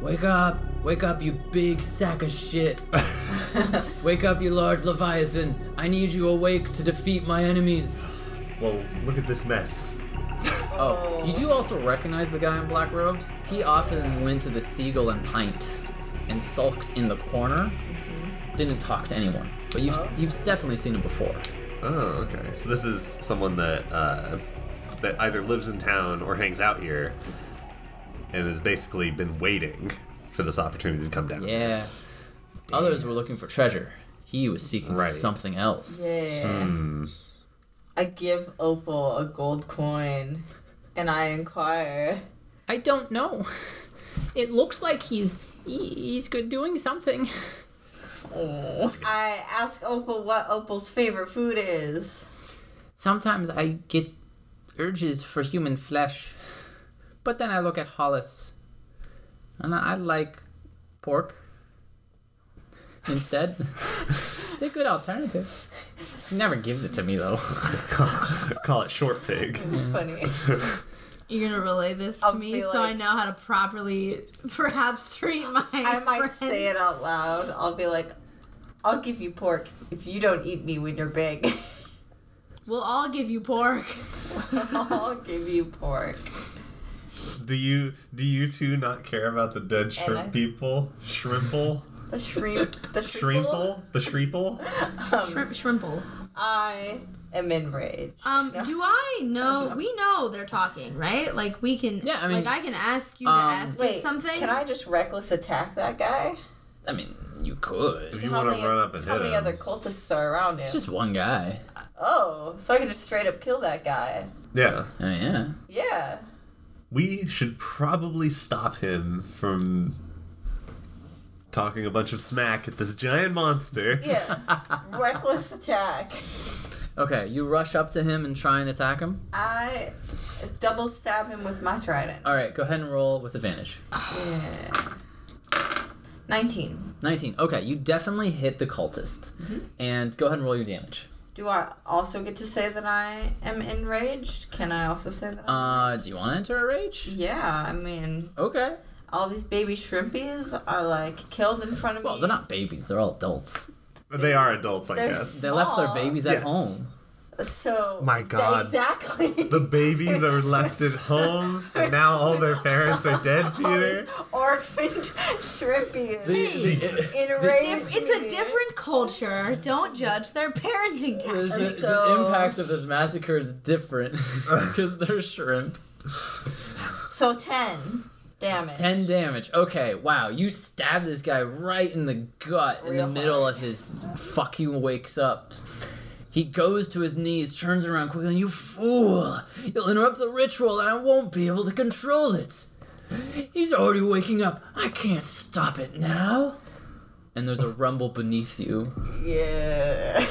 [SPEAKER 1] Wake up! Wake up, you big sack of shit! Wake up, you large leviathan! I need you awake to defeat my enemies.
[SPEAKER 6] Well, look at this mess.
[SPEAKER 1] Oh, you do also recognize the guy in black robes. He often went to the Seagull and Pint and sulked in the corner. Didn't talk to anyone, but you've you've definitely seen him before.
[SPEAKER 6] Oh, okay. So this is someone that uh, that either lives in town or hangs out here, and has basically been waiting for this opportunity to come down.
[SPEAKER 1] Yeah. Others were looking for treasure. He was seeking
[SPEAKER 6] Right.
[SPEAKER 1] for something else.
[SPEAKER 4] Yeah.
[SPEAKER 1] Hmm.
[SPEAKER 4] I give Opal a gold coin, and I inquire.
[SPEAKER 1] I don't know. It looks like he's he- he's good doing something. Oh.
[SPEAKER 4] I ask Opal what Opal's favorite food is.
[SPEAKER 1] Sometimes I get urges for human flesh, but then I look at Hollis, and I, I like pork instead. it's a good alternative. He never gives it to me though.
[SPEAKER 6] Call it short pig.
[SPEAKER 4] It's
[SPEAKER 1] Mm.
[SPEAKER 4] funny.
[SPEAKER 5] You're gonna relay this to
[SPEAKER 4] I'll
[SPEAKER 5] me
[SPEAKER 4] be
[SPEAKER 5] so I
[SPEAKER 4] like-
[SPEAKER 5] know how to properly, perhaps, treat my.
[SPEAKER 4] I might
[SPEAKER 5] friend.
[SPEAKER 4] say it out loud. I'll be like, I'll give you pork if you don't eat me when you're big.
[SPEAKER 5] We'll all give you pork.
[SPEAKER 4] I'll give you pork.
[SPEAKER 6] Do you do you two not care about the dead shrimp
[SPEAKER 4] I-
[SPEAKER 6] people? Shrimple,
[SPEAKER 4] The shrimp. The shrimple.
[SPEAKER 6] shrimple, the shrimple.
[SPEAKER 5] Shrimp, shrimple.
[SPEAKER 4] I am enraged.
[SPEAKER 5] Um, do I know? We know they're talking, right? Like we can.
[SPEAKER 1] Yeah, I mean-
[SPEAKER 5] like I can ask you
[SPEAKER 1] Um,
[SPEAKER 5] to ask me
[SPEAKER 4] Wait,
[SPEAKER 5] something.
[SPEAKER 4] can I just reckless attack that guy?
[SPEAKER 1] I mean, you could.
[SPEAKER 6] If you
[SPEAKER 4] How
[SPEAKER 6] want
[SPEAKER 4] many-
[SPEAKER 6] to run up and
[SPEAKER 4] How
[SPEAKER 6] hit
[SPEAKER 4] many
[SPEAKER 6] him,
[SPEAKER 4] other cultists are around him?
[SPEAKER 1] It's just one guy.
[SPEAKER 4] Oh, so I can just straight up kill that guy.
[SPEAKER 6] yeah,
[SPEAKER 1] Oh yeah.
[SPEAKER 4] Yeah.
[SPEAKER 6] we should probably stop him from talking a bunch of smack at this giant monster.
[SPEAKER 4] Yeah. Reckless attack.
[SPEAKER 1] Okay, you rush up to him and try and attack him.
[SPEAKER 4] I double stab him with my trident.
[SPEAKER 6] Uh,
[SPEAKER 1] All right, go ahead and roll with advantage.
[SPEAKER 4] Yeah. 19.
[SPEAKER 1] 19. Okay, you definitely hit the cultist. And go ahead and roll your damage.
[SPEAKER 4] Do I also get to say that I am enraged? Can I also say that? I'm-
[SPEAKER 1] Uh, do you want to enter a rage?
[SPEAKER 4] yeah, I mean,
[SPEAKER 1] Okay.
[SPEAKER 4] all these baby shrimpies are like killed in front of
[SPEAKER 1] Well,
[SPEAKER 4] me.
[SPEAKER 1] they're not babies, they're all adults.
[SPEAKER 6] They are adults, I
[SPEAKER 4] They're
[SPEAKER 6] guess.
[SPEAKER 1] They left their
[SPEAKER 4] Aw.
[SPEAKER 1] babies at
[SPEAKER 6] Yes.
[SPEAKER 1] home.
[SPEAKER 4] So.
[SPEAKER 6] My God.
[SPEAKER 4] Exactly.
[SPEAKER 6] The babies are left at home, and now all their parents are dead, Peter.
[SPEAKER 4] Orphaned shrimpies.
[SPEAKER 6] Jesus.
[SPEAKER 4] enraged.
[SPEAKER 5] If it's a
[SPEAKER 4] me.
[SPEAKER 5] different culture. Don't judge their parenting
[SPEAKER 1] The,
[SPEAKER 5] tactics.
[SPEAKER 1] the- the
[SPEAKER 4] so-
[SPEAKER 1] impact of this massacre is different because they're shrimp.
[SPEAKER 4] So 10 damage.
[SPEAKER 1] 10 damage. Okay, wow. You stab this guy right in the gut in the
[SPEAKER 4] Real
[SPEAKER 1] middle of his fucking wakes up. He goes to his knees, turns around quickly, and you fool! You'll interrupt the ritual and I won't be able to control it! He's already waking up. I can't stop it now! And there's a rumble beneath you.
[SPEAKER 4] Yeah.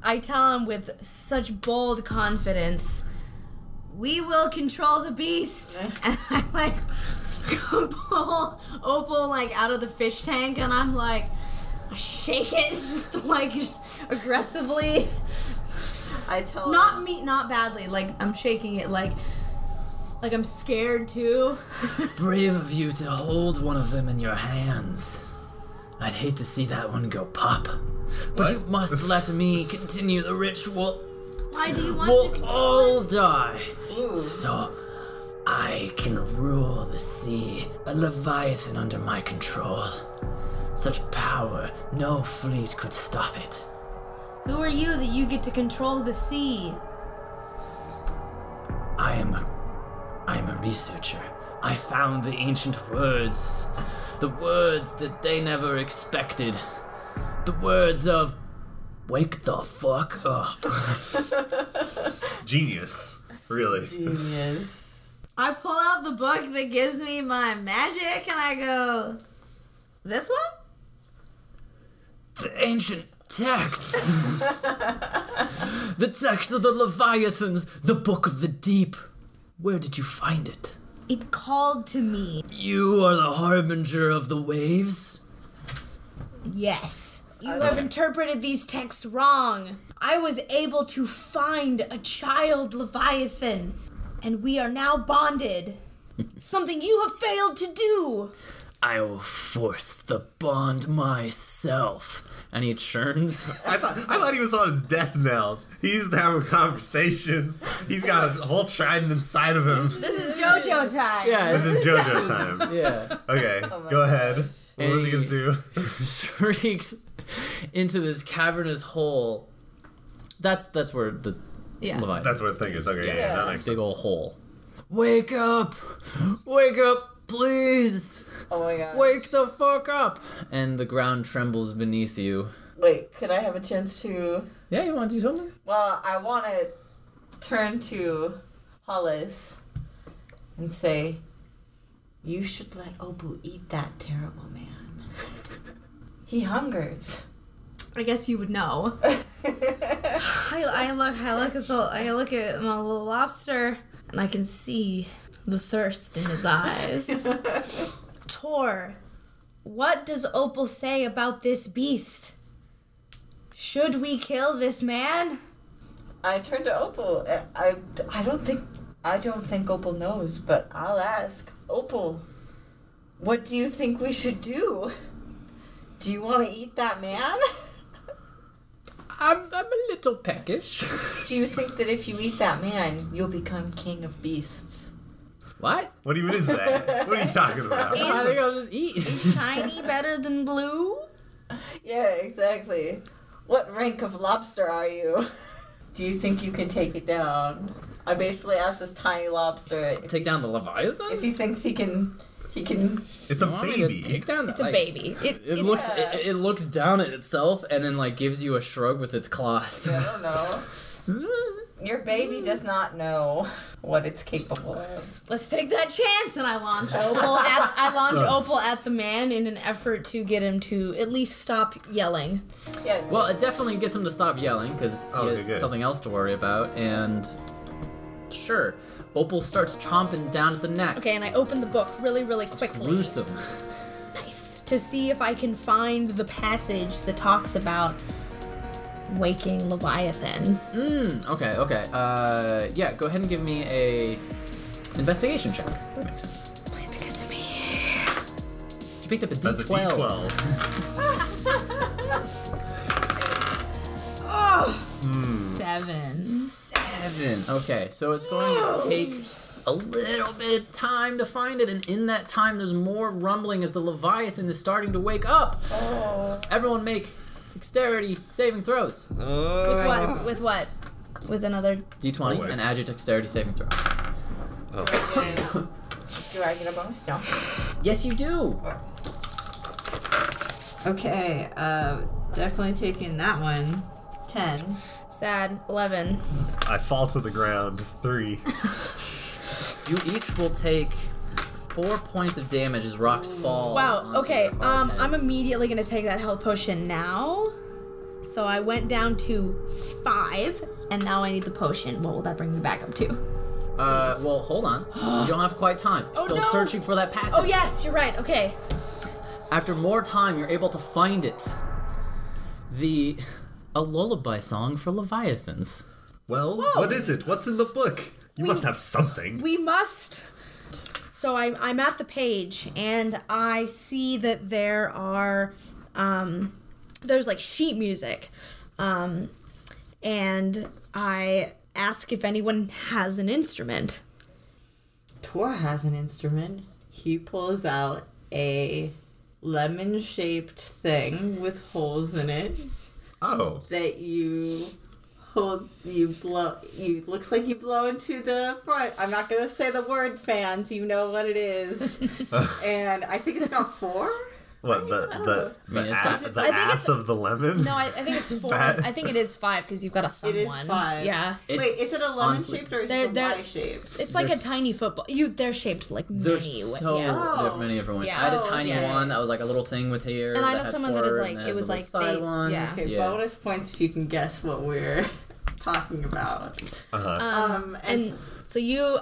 [SPEAKER 5] I tell him with such bold confidence, "We will control the beast." And I like pull Opal like out of the fish tank, and I'm like, I shake it just like aggressively.
[SPEAKER 4] I tell
[SPEAKER 5] Not me, not badly. Like I'm shaking it, like like I'm scared too.
[SPEAKER 1] Brave of you to hold one of them in your hands. I'd hate to see that one go pop. But you must let me continue the ritual.
[SPEAKER 5] Why do you want to?
[SPEAKER 1] We'll uh,
[SPEAKER 5] control
[SPEAKER 1] all die.
[SPEAKER 4] Ooh.
[SPEAKER 1] So I can rule the sea, a leviathan under my control. Such power, no fleet could stop it.
[SPEAKER 5] Who are you that you get to control the sea?
[SPEAKER 1] I am a, I am a researcher. I found the ancient words, the words that they never expected, the words of "Wake the fuck up."
[SPEAKER 6] Genius. Really.
[SPEAKER 4] genius.
[SPEAKER 5] I pull out the book that gives me my magic and I go, this one?
[SPEAKER 1] The ancient texts, the texts of the leviathans, the book of the deep. Where did you find it?
[SPEAKER 5] It called to me.
[SPEAKER 1] You are the harbinger of the waves.
[SPEAKER 5] Yes. You have interpreted these texts wrong. I was able to find a child Leviathan, and we are now bonded. Something you have failed to do.
[SPEAKER 1] I will force the bond myself. And he churns.
[SPEAKER 6] I thought I thought he was on his death nails. He's having conversations. He's got a whole trident inside of him.
[SPEAKER 5] This is JoJo time.
[SPEAKER 1] Yeah,
[SPEAKER 6] This is JoJo time.
[SPEAKER 1] yeah.
[SPEAKER 6] Okay,
[SPEAKER 5] Oh
[SPEAKER 6] go ahead. What was he gonna do?
[SPEAKER 1] Shrieks into this cavernous hole. That's that's where the
[SPEAKER 5] Yeah.
[SPEAKER 1] Leviathan.
[SPEAKER 6] That's what his thing is. Okay, yeah,
[SPEAKER 1] Yeah.
[SPEAKER 6] that makes
[SPEAKER 1] big
[SPEAKER 6] sense.
[SPEAKER 1] old hole. Wake up! Wake up, please!
[SPEAKER 4] Oh my god.
[SPEAKER 1] Wake the fuck up! And the ground trembles beneath you.
[SPEAKER 4] Wait, could I have a chance to?
[SPEAKER 1] Yeah, you want to do something?
[SPEAKER 4] Well, I want to turn to Hollis and say, "You should let Obu eat that terrible man. he hungers."
[SPEAKER 5] I guess you would know. I, I look, I look at the, I look at my little lobster, and I can see the thirst in his eyes. Tor, what does Opal say about this beast? Should we kill this man?
[SPEAKER 4] I turned to Opal. I, I, I don't think I don't think Opal knows, but I'll ask Opal. What do you think we should do? Do you want to eat that man?
[SPEAKER 1] I'm, I'm a little peckish.
[SPEAKER 4] Do you think that if you eat that man, you'll become king of beasts?
[SPEAKER 1] what?
[SPEAKER 6] What even is that? What are you talking about?
[SPEAKER 1] I think I'll just eat.
[SPEAKER 5] Shiny better than blue?
[SPEAKER 4] Yeah, exactly. What rank of lobster are you? Do you think you can take it down? I basically asked this tiny lobster if,
[SPEAKER 1] Take down the Leviathan?
[SPEAKER 4] if he thinks he can he can
[SPEAKER 6] It's a
[SPEAKER 1] You want me to
[SPEAKER 6] baby.
[SPEAKER 1] take down
[SPEAKER 5] It's a baby.
[SPEAKER 1] It, looks
[SPEAKER 4] a-
[SPEAKER 1] it, it looks down at itself and then like gives you a shrug with its claws.
[SPEAKER 4] I don't know. Your baby does not know what it's capable of.
[SPEAKER 5] Let's take that chance, and I launch Opal. At, I launch Opal at the man in an effort to get him to at least stop yelling.
[SPEAKER 4] Yeah.
[SPEAKER 1] well, it definitely gets him to stop yelling because he
[SPEAKER 6] Oh, Okay,
[SPEAKER 1] has
[SPEAKER 6] good.
[SPEAKER 1] something else to worry about. And sure, Opal starts chomping down at the neck.
[SPEAKER 5] Okay, and I open the book really, really quickly.
[SPEAKER 1] Gruesome.
[SPEAKER 5] Nice. To see if I can find the passage that talks about waking leviathans.
[SPEAKER 1] Mm, okay, okay. Uh, yeah, go ahead and give me a investigation check. That makes sense.
[SPEAKER 5] Please be good to me.
[SPEAKER 1] You picked up a D12.
[SPEAKER 6] That's a D12.
[SPEAKER 5] Seven.
[SPEAKER 1] Seven. Okay, so it's going to take a little bit of time to find it, and in that time, there's more rumbling as the Leviathan is starting to wake up.
[SPEAKER 5] Oh.
[SPEAKER 1] Everyone make dexterity saving throws.
[SPEAKER 5] With what? With what? With another.
[SPEAKER 1] D20
[SPEAKER 6] Always.
[SPEAKER 1] and add your dexterity saving throw.
[SPEAKER 4] Do I get a bonus? No.
[SPEAKER 1] Yes, you do.
[SPEAKER 4] Okay, uh, definitely taking that one. Ten.
[SPEAKER 5] Sad. Eleven.
[SPEAKER 6] I fall to the ground. Three.
[SPEAKER 1] You each will take four points of damage as rocks fall.
[SPEAKER 5] Wow.
[SPEAKER 1] onto
[SPEAKER 5] Okay.
[SPEAKER 1] your hard
[SPEAKER 5] Um, I'm
[SPEAKER 1] heads.
[SPEAKER 5] immediately gonna take that health potion now. So I went down to five, and now I need the potion. What will that bring me back up to?
[SPEAKER 1] Uh, well, hold on. You don't have quite time. You're still
[SPEAKER 5] Oh, no.
[SPEAKER 1] searching for that passage.
[SPEAKER 5] Oh yes, you're right. Okay.
[SPEAKER 1] After more time, you're able to find it. The a lullaby song for leviathans.
[SPEAKER 6] Well, what is it? What's in the book? You must have something.
[SPEAKER 5] We must. So I'm, I'm at the page and I see that there are, um, there's like sheet music. Um, and I ask if anyone has an instrument.
[SPEAKER 4] Tor has an instrument. He pulls out a lemon shaped thing with holes in it
[SPEAKER 6] oh,
[SPEAKER 4] that you hold you blow you looks like you blow into the front. I'm not gonna say the word fans, you know what it is. and I think it's got four?
[SPEAKER 6] what the the
[SPEAKER 1] mean,
[SPEAKER 6] the,
[SPEAKER 1] it's
[SPEAKER 6] ass,
[SPEAKER 1] got-
[SPEAKER 6] the
[SPEAKER 8] uh, I think
[SPEAKER 6] ass of the lemon?
[SPEAKER 8] No, I, I think it's four.
[SPEAKER 6] Fat.
[SPEAKER 8] I think it is five because you've got a thumb
[SPEAKER 4] It is
[SPEAKER 8] one.
[SPEAKER 4] five.
[SPEAKER 8] Yeah,
[SPEAKER 1] It's,
[SPEAKER 4] Wait, is it a lemon
[SPEAKER 1] honestly-
[SPEAKER 4] shaped or is
[SPEAKER 8] They're-
[SPEAKER 4] it a
[SPEAKER 8] they're-
[SPEAKER 4] Y shaped?
[SPEAKER 8] it's like
[SPEAKER 1] They're
[SPEAKER 8] a tiny football. You they're shaped like
[SPEAKER 1] There's
[SPEAKER 8] many. wa-
[SPEAKER 1] so
[SPEAKER 8] yeah.
[SPEAKER 4] Oh.
[SPEAKER 1] there's many different ones.
[SPEAKER 8] Yeah.
[SPEAKER 1] I had a
[SPEAKER 8] Oh,
[SPEAKER 1] tiny
[SPEAKER 8] yeah.
[SPEAKER 1] one that was like a little thing with hair.
[SPEAKER 8] And I know
[SPEAKER 1] had
[SPEAKER 8] someone that is
[SPEAKER 1] forward
[SPEAKER 8] like-
[SPEAKER 1] and
[SPEAKER 8] it
[SPEAKER 1] had
[SPEAKER 8] was
[SPEAKER 1] little
[SPEAKER 8] like
[SPEAKER 1] side
[SPEAKER 8] they-
[SPEAKER 1] ones.
[SPEAKER 8] yeah.
[SPEAKER 4] Okay, bonus points if you can guess what we're talking about.
[SPEAKER 6] Uh-huh.
[SPEAKER 8] uh,
[SPEAKER 4] Um, and,
[SPEAKER 8] And so you,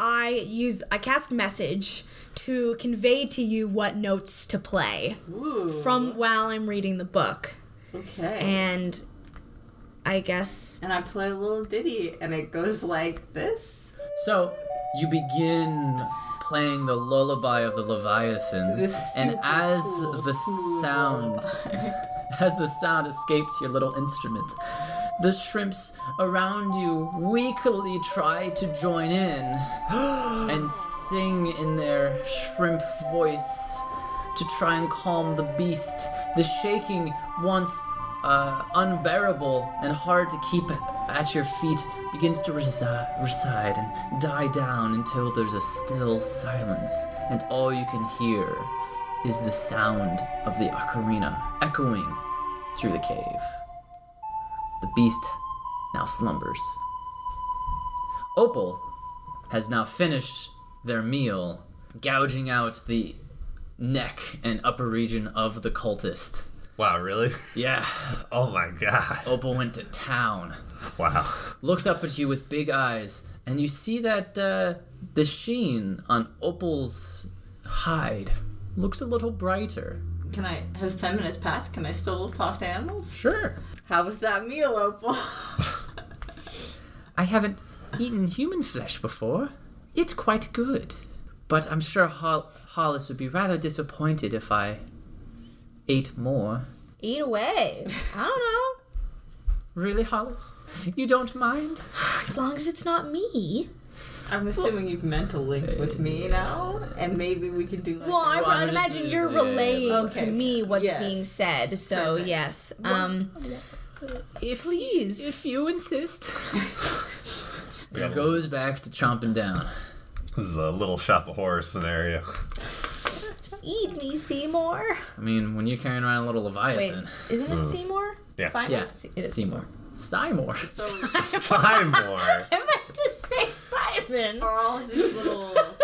[SPEAKER 8] I use I cast message to convey to you what notes to play
[SPEAKER 4] ooh,
[SPEAKER 8] from while I'm reading the book,
[SPEAKER 4] okay.
[SPEAKER 8] and I guess
[SPEAKER 4] and I play a little ditty, and it goes like this.
[SPEAKER 1] So you begin playing the lullaby of the leviathans,
[SPEAKER 4] This
[SPEAKER 1] and
[SPEAKER 4] super
[SPEAKER 1] as
[SPEAKER 4] cool,
[SPEAKER 1] the
[SPEAKER 4] smooth
[SPEAKER 1] sound, as the sound escapes your little instrument, the shrimps around you weakly try to join in and sing in their shrimp voice to try and calm the beast. The shaking, once uh, unbearable and hard to keep at your feet, begins to resi- reside and die down until there's a still silence, and all you can hear is the sound of the ocarina echoing through the cave. The beast now slumbers. Opal has now finished their meal, gouging out the neck and upper region of the cultist.
[SPEAKER 6] Wow, really?
[SPEAKER 1] Yeah,
[SPEAKER 6] Oh my god.
[SPEAKER 1] Opal went to town.
[SPEAKER 6] Wow.
[SPEAKER 1] Looks up at you with big eyes, and you see that uh, the sheen on Opal's hide looks a little brighter.
[SPEAKER 4] Can I? Has ten minutes passed? Can I still talk to animals?
[SPEAKER 1] Sure.
[SPEAKER 4] How was that meal, Opal?
[SPEAKER 1] I haven't eaten human flesh before. It's quite good. But I'm sure Hol- Hollis would be rather disappointed if I ate more.
[SPEAKER 5] Eat away. I don't
[SPEAKER 1] Really, Hollis? You don't mind?
[SPEAKER 5] know. As long as it's not me.
[SPEAKER 4] I'm assuming you've meant to link with me now, and maybe we can do like.
[SPEAKER 5] Well, I,
[SPEAKER 1] Well,
[SPEAKER 5] would
[SPEAKER 1] I'm just-
[SPEAKER 5] imagine you're
[SPEAKER 1] yeah, yeah,
[SPEAKER 5] relaying
[SPEAKER 1] yeah.
[SPEAKER 5] to
[SPEAKER 4] Okay.
[SPEAKER 5] me what's
[SPEAKER 4] Yes.
[SPEAKER 5] being said. So
[SPEAKER 4] Perfect.
[SPEAKER 5] yes. Um.
[SPEAKER 1] If please, if you insist. and goes back to chomping down.
[SPEAKER 6] This is a little shop of horror scenario.
[SPEAKER 5] Eat me, Seymour.
[SPEAKER 1] I mean, when you're carrying around a little
[SPEAKER 5] Wait,
[SPEAKER 1] leviathan.
[SPEAKER 5] isn't it Seymour?
[SPEAKER 6] Yeah.
[SPEAKER 5] Simon?
[SPEAKER 1] Yeah,
[SPEAKER 5] Se- It is.
[SPEAKER 1] Seymour. Seymour.
[SPEAKER 6] Seymour.
[SPEAKER 5] I meant to say Simon.
[SPEAKER 4] are all of these little Oh.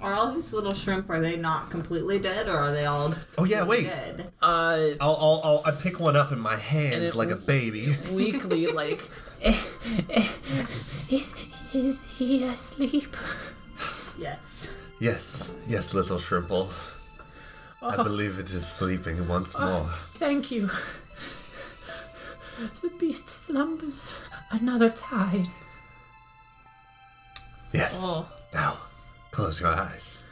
[SPEAKER 4] are all of these little shrimp? Are they not completely dead, or are they all
[SPEAKER 6] Oh yeah, wait.
[SPEAKER 4] dead?
[SPEAKER 1] Uh,
[SPEAKER 6] I'll, I'll, I'll I pick one up in my
[SPEAKER 1] And
[SPEAKER 6] hands
[SPEAKER 1] it-
[SPEAKER 6] like a baby.
[SPEAKER 1] weakly, like, is is he asleep?
[SPEAKER 4] Yes.
[SPEAKER 6] Yes, yes, little shrimple.
[SPEAKER 8] Oh.
[SPEAKER 6] I believe it is sleeping once more.
[SPEAKER 1] Thank you. The beast slumbers another tide.
[SPEAKER 6] Yes.
[SPEAKER 8] Oh.
[SPEAKER 6] Now, close your eyes.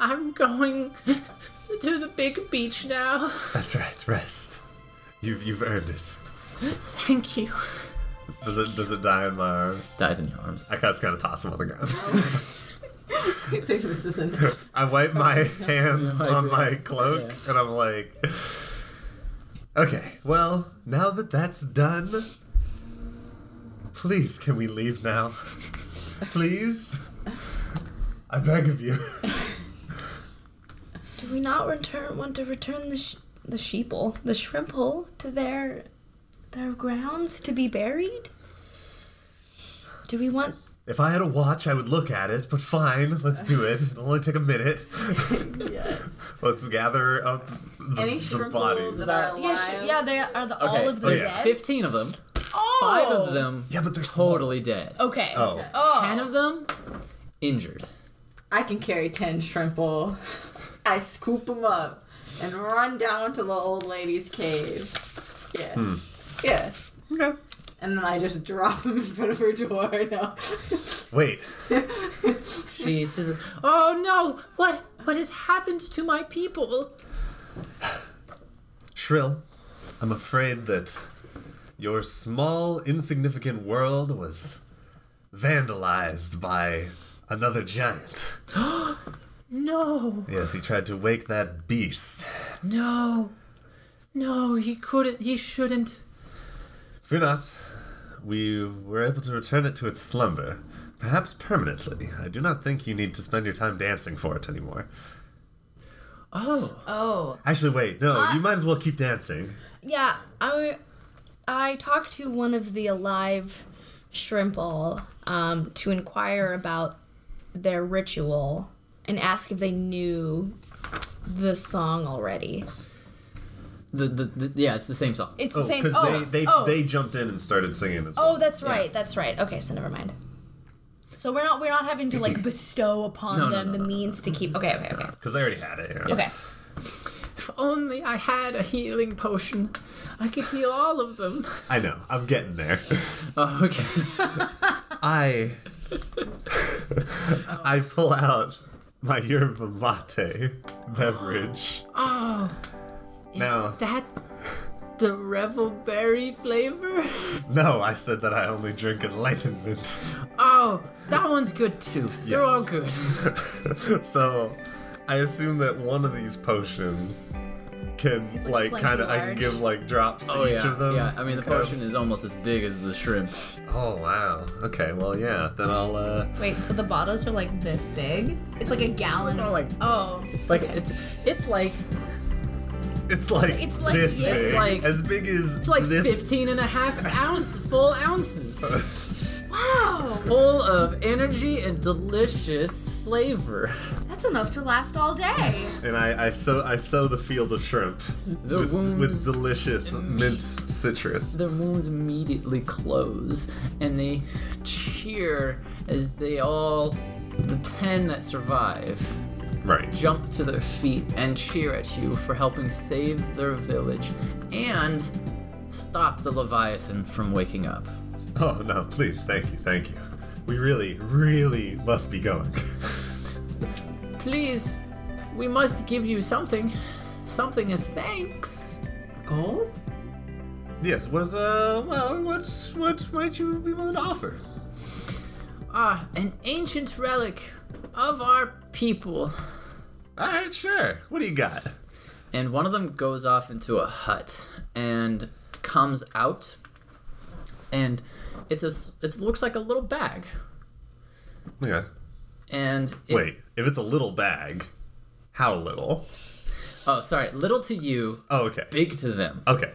[SPEAKER 1] I'm going to the big beach now.
[SPEAKER 6] That's right. Rest. You've you've earned it.
[SPEAKER 1] Thank you.
[SPEAKER 6] Does it does it die in my arms?
[SPEAKER 1] Dies in your arms.
[SPEAKER 6] I just kind of toss him on the ground.
[SPEAKER 4] I think this is an
[SPEAKER 6] I wipe my hands
[SPEAKER 1] Yeah, I
[SPEAKER 6] on
[SPEAKER 1] do.
[SPEAKER 6] my cloak and I'm like, okay, well, now that that's done, please can we leave now? please? I beg of you.
[SPEAKER 5] Do we not return want to return the sh- the sheeple, the shrimple, to their their grounds to be buried? Do we want?
[SPEAKER 6] If I had a watch, I would look at it, but fine, let's do it. It'll only take a minute.
[SPEAKER 4] yes.
[SPEAKER 6] Let's gather up the,
[SPEAKER 4] Any
[SPEAKER 6] the
[SPEAKER 4] shrimples
[SPEAKER 6] bodies.
[SPEAKER 4] that are alive?
[SPEAKER 8] Yeah, sh- yeah, they are the
[SPEAKER 1] Okay,
[SPEAKER 8] all of them
[SPEAKER 6] yeah.
[SPEAKER 8] dead.
[SPEAKER 1] Fifteen of them. Five of them
[SPEAKER 6] Yeah, but they're small.
[SPEAKER 1] totally dead.
[SPEAKER 8] Okay.
[SPEAKER 6] Oh,
[SPEAKER 1] Ten of them injured.
[SPEAKER 4] I can carry 10 shrimple. I scoop them up and run down to the old lady's cave. Yeah. Yeah.
[SPEAKER 6] Hmm. okay.
[SPEAKER 4] and then I just drop him in front of her door. No.
[SPEAKER 6] Wait,
[SPEAKER 1] She this is, Oh no! What what has happened to my people?
[SPEAKER 6] Shrill, I'm afraid that your small, insignificant world was vandalized by another giant.
[SPEAKER 1] No,
[SPEAKER 6] Yes, he tried to wake that beast.
[SPEAKER 1] no, no, he couldn't he shouldn't.
[SPEAKER 6] Fear not. We were able to return it to its slumber, perhaps permanently. I do not think you need to spend your time dancing for it anymore.
[SPEAKER 1] Oh.
[SPEAKER 5] Oh.
[SPEAKER 6] Actually, wait, no,
[SPEAKER 8] Ah.
[SPEAKER 6] you might as well keep dancing.
[SPEAKER 8] Yeah, I I talked to one of the alive shrimple um, to inquire about their ritual and ask if they knew the song already.
[SPEAKER 1] The, the, the yeah, it's the same song.
[SPEAKER 8] It's
[SPEAKER 6] Oh,
[SPEAKER 8] the same.
[SPEAKER 6] because
[SPEAKER 8] Oh,
[SPEAKER 6] they they,
[SPEAKER 8] oh,
[SPEAKER 6] they jumped in and started singing as well.
[SPEAKER 8] oh, that's right. That's right. Okay, so never mind. So we're not we're not having to like bestow upon
[SPEAKER 1] No, no,
[SPEAKER 8] them
[SPEAKER 1] no,
[SPEAKER 8] the
[SPEAKER 1] no, no,
[SPEAKER 8] means to keep. Okay, okay, okay,
[SPEAKER 6] Because they already had it. yeah.
[SPEAKER 8] okay.
[SPEAKER 1] If only I had a healing potion. I could heal all of them.
[SPEAKER 6] I know. I'm getting there.
[SPEAKER 1] Oh, okay.
[SPEAKER 6] I I pull out my yerba mate beverage.
[SPEAKER 1] Oh, is
[SPEAKER 6] No.
[SPEAKER 1] that the revel berry flavor?
[SPEAKER 6] No, I said that I only drink enlightenment.
[SPEAKER 1] Oh, that one's good too. They're all
[SPEAKER 6] Yes.
[SPEAKER 1] good.
[SPEAKER 6] so I assume that one of these potions can like,
[SPEAKER 8] plenty
[SPEAKER 6] kind of I can
[SPEAKER 8] large.
[SPEAKER 6] give like drops to
[SPEAKER 1] Oh
[SPEAKER 6] each
[SPEAKER 1] yeah,
[SPEAKER 6] of them.
[SPEAKER 1] yeah. I mean, the
[SPEAKER 6] Okay.
[SPEAKER 1] potion is almost as big as the shrimp.
[SPEAKER 6] Oh wow. Okay. Well, yeah. Then I'll. uh
[SPEAKER 8] Wait, so the bottles are like this big? It's like a gallon.
[SPEAKER 1] Or
[SPEAKER 8] of
[SPEAKER 1] like
[SPEAKER 8] oh,
[SPEAKER 1] it's like it's it's like
[SPEAKER 6] It's like
[SPEAKER 8] It's like-
[SPEAKER 6] this
[SPEAKER 8] it's
[SPEAKER 6] big,
[SPEAKER 1] like-
[SPEAKER 6] as big as
[SPEAKER 1] it's like
[SPEAKER 6] this.
[SPEAKER 1] 15 and a half ounce full ounces. wow! Full of energy and delicious flavor.
[SPEAKER 5] That's enough to last all day.
[SPEAKER 6] And I, I sow I sow the field of shrimp
[SPEAKER 1] The
[SPEAKER 6] with,
[SPEAKER 1] wounds
[SPEAKER 6] with delicious
[SPEAKER 1] and
[SPEAKER 6] mint
[SPEAKER 1] meat.
[SPEAKER 6] citrus.
[SPEAKER 1] Their wounds immediately close, and they cheer as they all, the 10 that survive,
[SPEAKER 6] Right.
[SPEAKER 1] jump to their feet and cheer at you for helping save their village and stop the Leviathan from waking up.
[SPEAKER 6] Oh no, please, thank you, thank you. We really, really must be going.
[SPEAKER 1] Please, we must give you something. Something as thanks.
[SPEAKER 4] Gold?
[SPEAKER 6] yes, what uh well what what might you be willing to offer?
[SPEAKER 1] Ah, an ancient relic of our people.
[SPEAKER 6] Alright, sure. What do you got?
[SPEAKER 1] and one of them goes off into a hut and comes out and it's a s- it looks like a little bag
[SPEAKER 6] Okay.
[SPEAKER 1] and it,
[SPEAKER 6] Wait, if it's a little bag, how little?
[SPEAKER 1] oh sorry little to you
[SPEAKER 6] Oh okay.
[SPEAKER 1] big to them
[SPEAKER 6] Okay.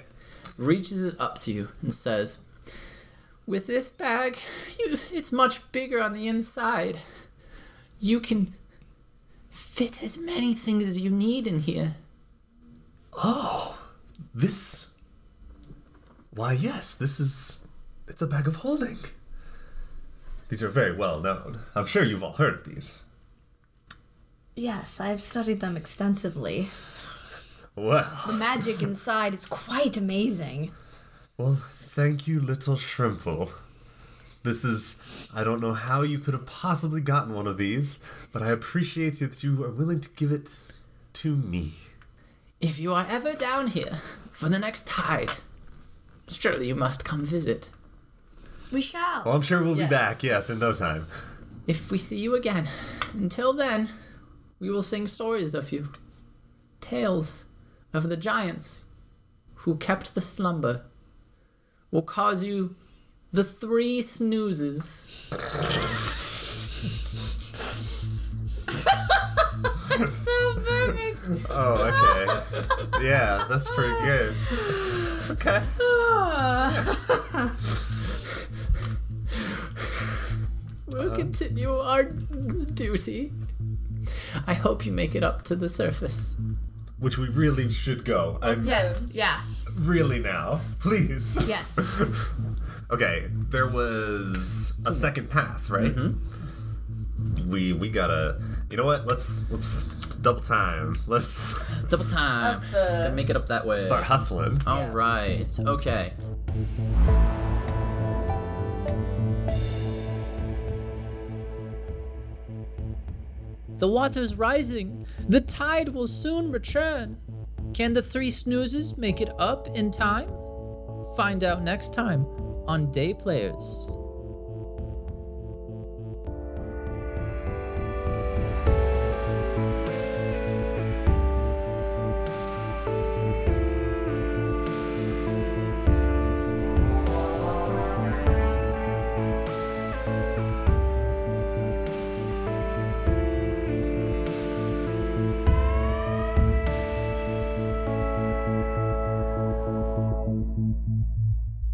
[SPEAKER 1] reaches it up to you and says with this bag you, it's much bigger on the inside you can fit as many things as you need in here
[SPEAKER 6] This Why yes, this is it's a bag of holding. These are very well known. I'm sure you've all heard of these.
[SPEAKER 8] Yes, I've studied them extensively.
[SPEAKER 6] Well,
[SPEAKER 8] The magic inside is quite amazing.
[SPEAKER 6] Well, thank you, little Shrimple. This is. I don't know how you could have possibly gotten one of these, but I appreciate that you are willing to give it to me.
[SPEAKER 1] If you are ever down here for the next tide, surely you must come visit.
[SPEAKER 5] We
[SPEAKER 1] Oh.
[SPEAKER 5] shall.
[SPEAKER 6] Well, I'm sure we'll be back, yes, in no time.
[SPEAKER 1] If we see you again, until then, we will sing stories of you. Tales of the giants who kept the slumber will cause you the three snoozes.
[SPEAKER 6] Oh, okay. yeah, that's pretty good. Okay.
[SPEAKER 1] We'll continue our duty. I hope you make it up to the surface.
[SPEAKER 6] Which we really should go. I'm
[SPEAKER 5] yes. Yeah.
[SPEAKER 6] really now. Please.
[SPEAKER 5] Yes.
[SPEAKER 6] Okay, there was a second path, right? We we gotta. You know what? Let's let's double time. Let's
[SPEAKER 1] Double time. Then make it up that way.
[SPEAKER 6] start hustling.
[SPEAKER 1] All right. Okay.
[SPEAKER 9] The water's rising. The tide will soon return. Can the three snoozes make it up in time? Find out next time on Day Players.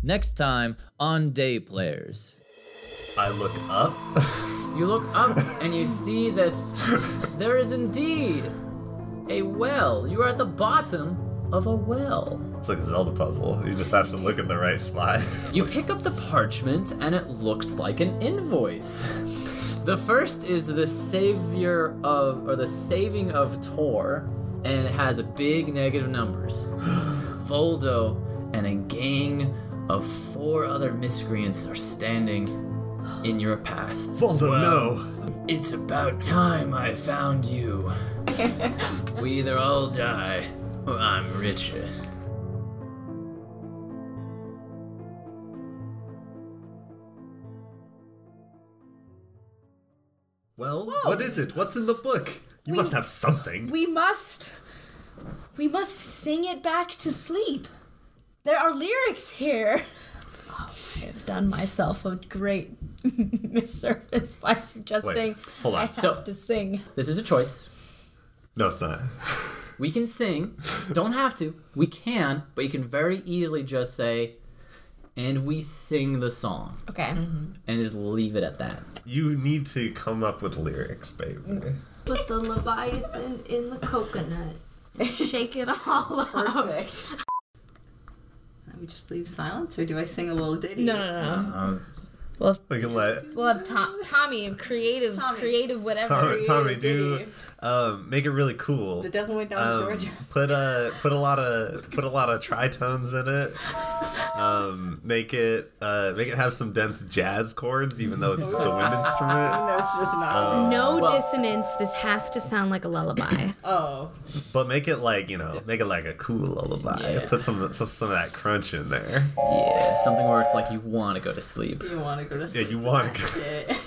[SPEAKER 9] Next time on Day Players.
[SPEAKER 6] I look up.
[SPEAKER 1] You look up and you see that there is indeed a well. You are at the bottom of a well.
[SPEAKER 6] It's like a Zelda puzzle. You just have to look in the right spot.
[SPEAKER 1] You pick up the parchment and it looks like an invoice. The first is the savior of or the saving of Tor, and it has a big negative numbers. Voldo and a gang of four other miscreants are standing in your path.
[SPEAKER 6] Voldo,
[SPEAKER 1] Well,
[SPEAKER 6] no.
[SPEAKER 1] It's about time I found you. we either all die or I'm richer.
[SPEAKER 6] Well, what is it? What's in the book? You must have something.
[SPEAKER 5] We must. We must sing it back to sleep. There are lyrics here.
[SPEAKER 8] I have done myself a great misservice by suggesting
[SPEAKER 6] hold on.
[SPEAKER 8] I have
[SPEAKER 1] So-
[SPEAKER 8] to sing.
[SPEAKER 1] This is a choice.
[SPEAKER 6] no, it's not.
[SPEAKER 1] We can sing. Don't have to. We can, but you can very easily just say, and we sing the song,
[SPEAKER 8] Okay.
[SPEAKER 10] Mm-hmm.
[SPEAKER 1] and just leave it at that.
[SPEAKER 6] You need to come up with lyrics, baby.
[SPEAKER 10] Put the Leviathan in the coconut. Shake it all up.
[SPEAKER 4] Perfect.
[SPEAKER 11] Now we just leave silence, or do I sing a little ditty?
[SPEAKER 8] No, no, no, no.
[SPEAKER 1] Um, s-
[SPEAKER 6] We can let
[SPEAKER 8] We'll have Tom, Tommy of creative,
[SPEAKER 11] Tommy.
[SPEAKER 8] creative whatever.
[SPEAKER 6] Tommy, Tommy do
[SPEAKER 4] ditty.
[SPEAKER 6] um, make it really cool.
[SPEAKER 4] The devil went down
[SPEAKER 6] Um,
[SPEAKER 4] to Georgia.
[SPEAKER 6] put a put a lot of put a lot of tritones in it. Um, make it uh, make it have some dense jazz chords, even though it's just a wind instrument.
[SPEAKER 4] No, it's just not.
[SPEAKER 6] uh,
[SPEAKER 8] No
[SPEAKER 1] Well-
[SPEAKER 8] dissonance. This has to sound like a lullaby.
[SPEAKER 4] oh.
[SPEAKER 6] But make it like you know, make it like a cool lullaby.
[SPEAKER 1] Yeah.
[SPEAKER 6] Put some put some of that crunch in there.
[SPEAKER 1] yeah, something where it's like you want to go to sleep.
[SPEAKER 4] You want to go to
[SPEAKER 6] Yeah, you want.
[SPEAKER 4] it.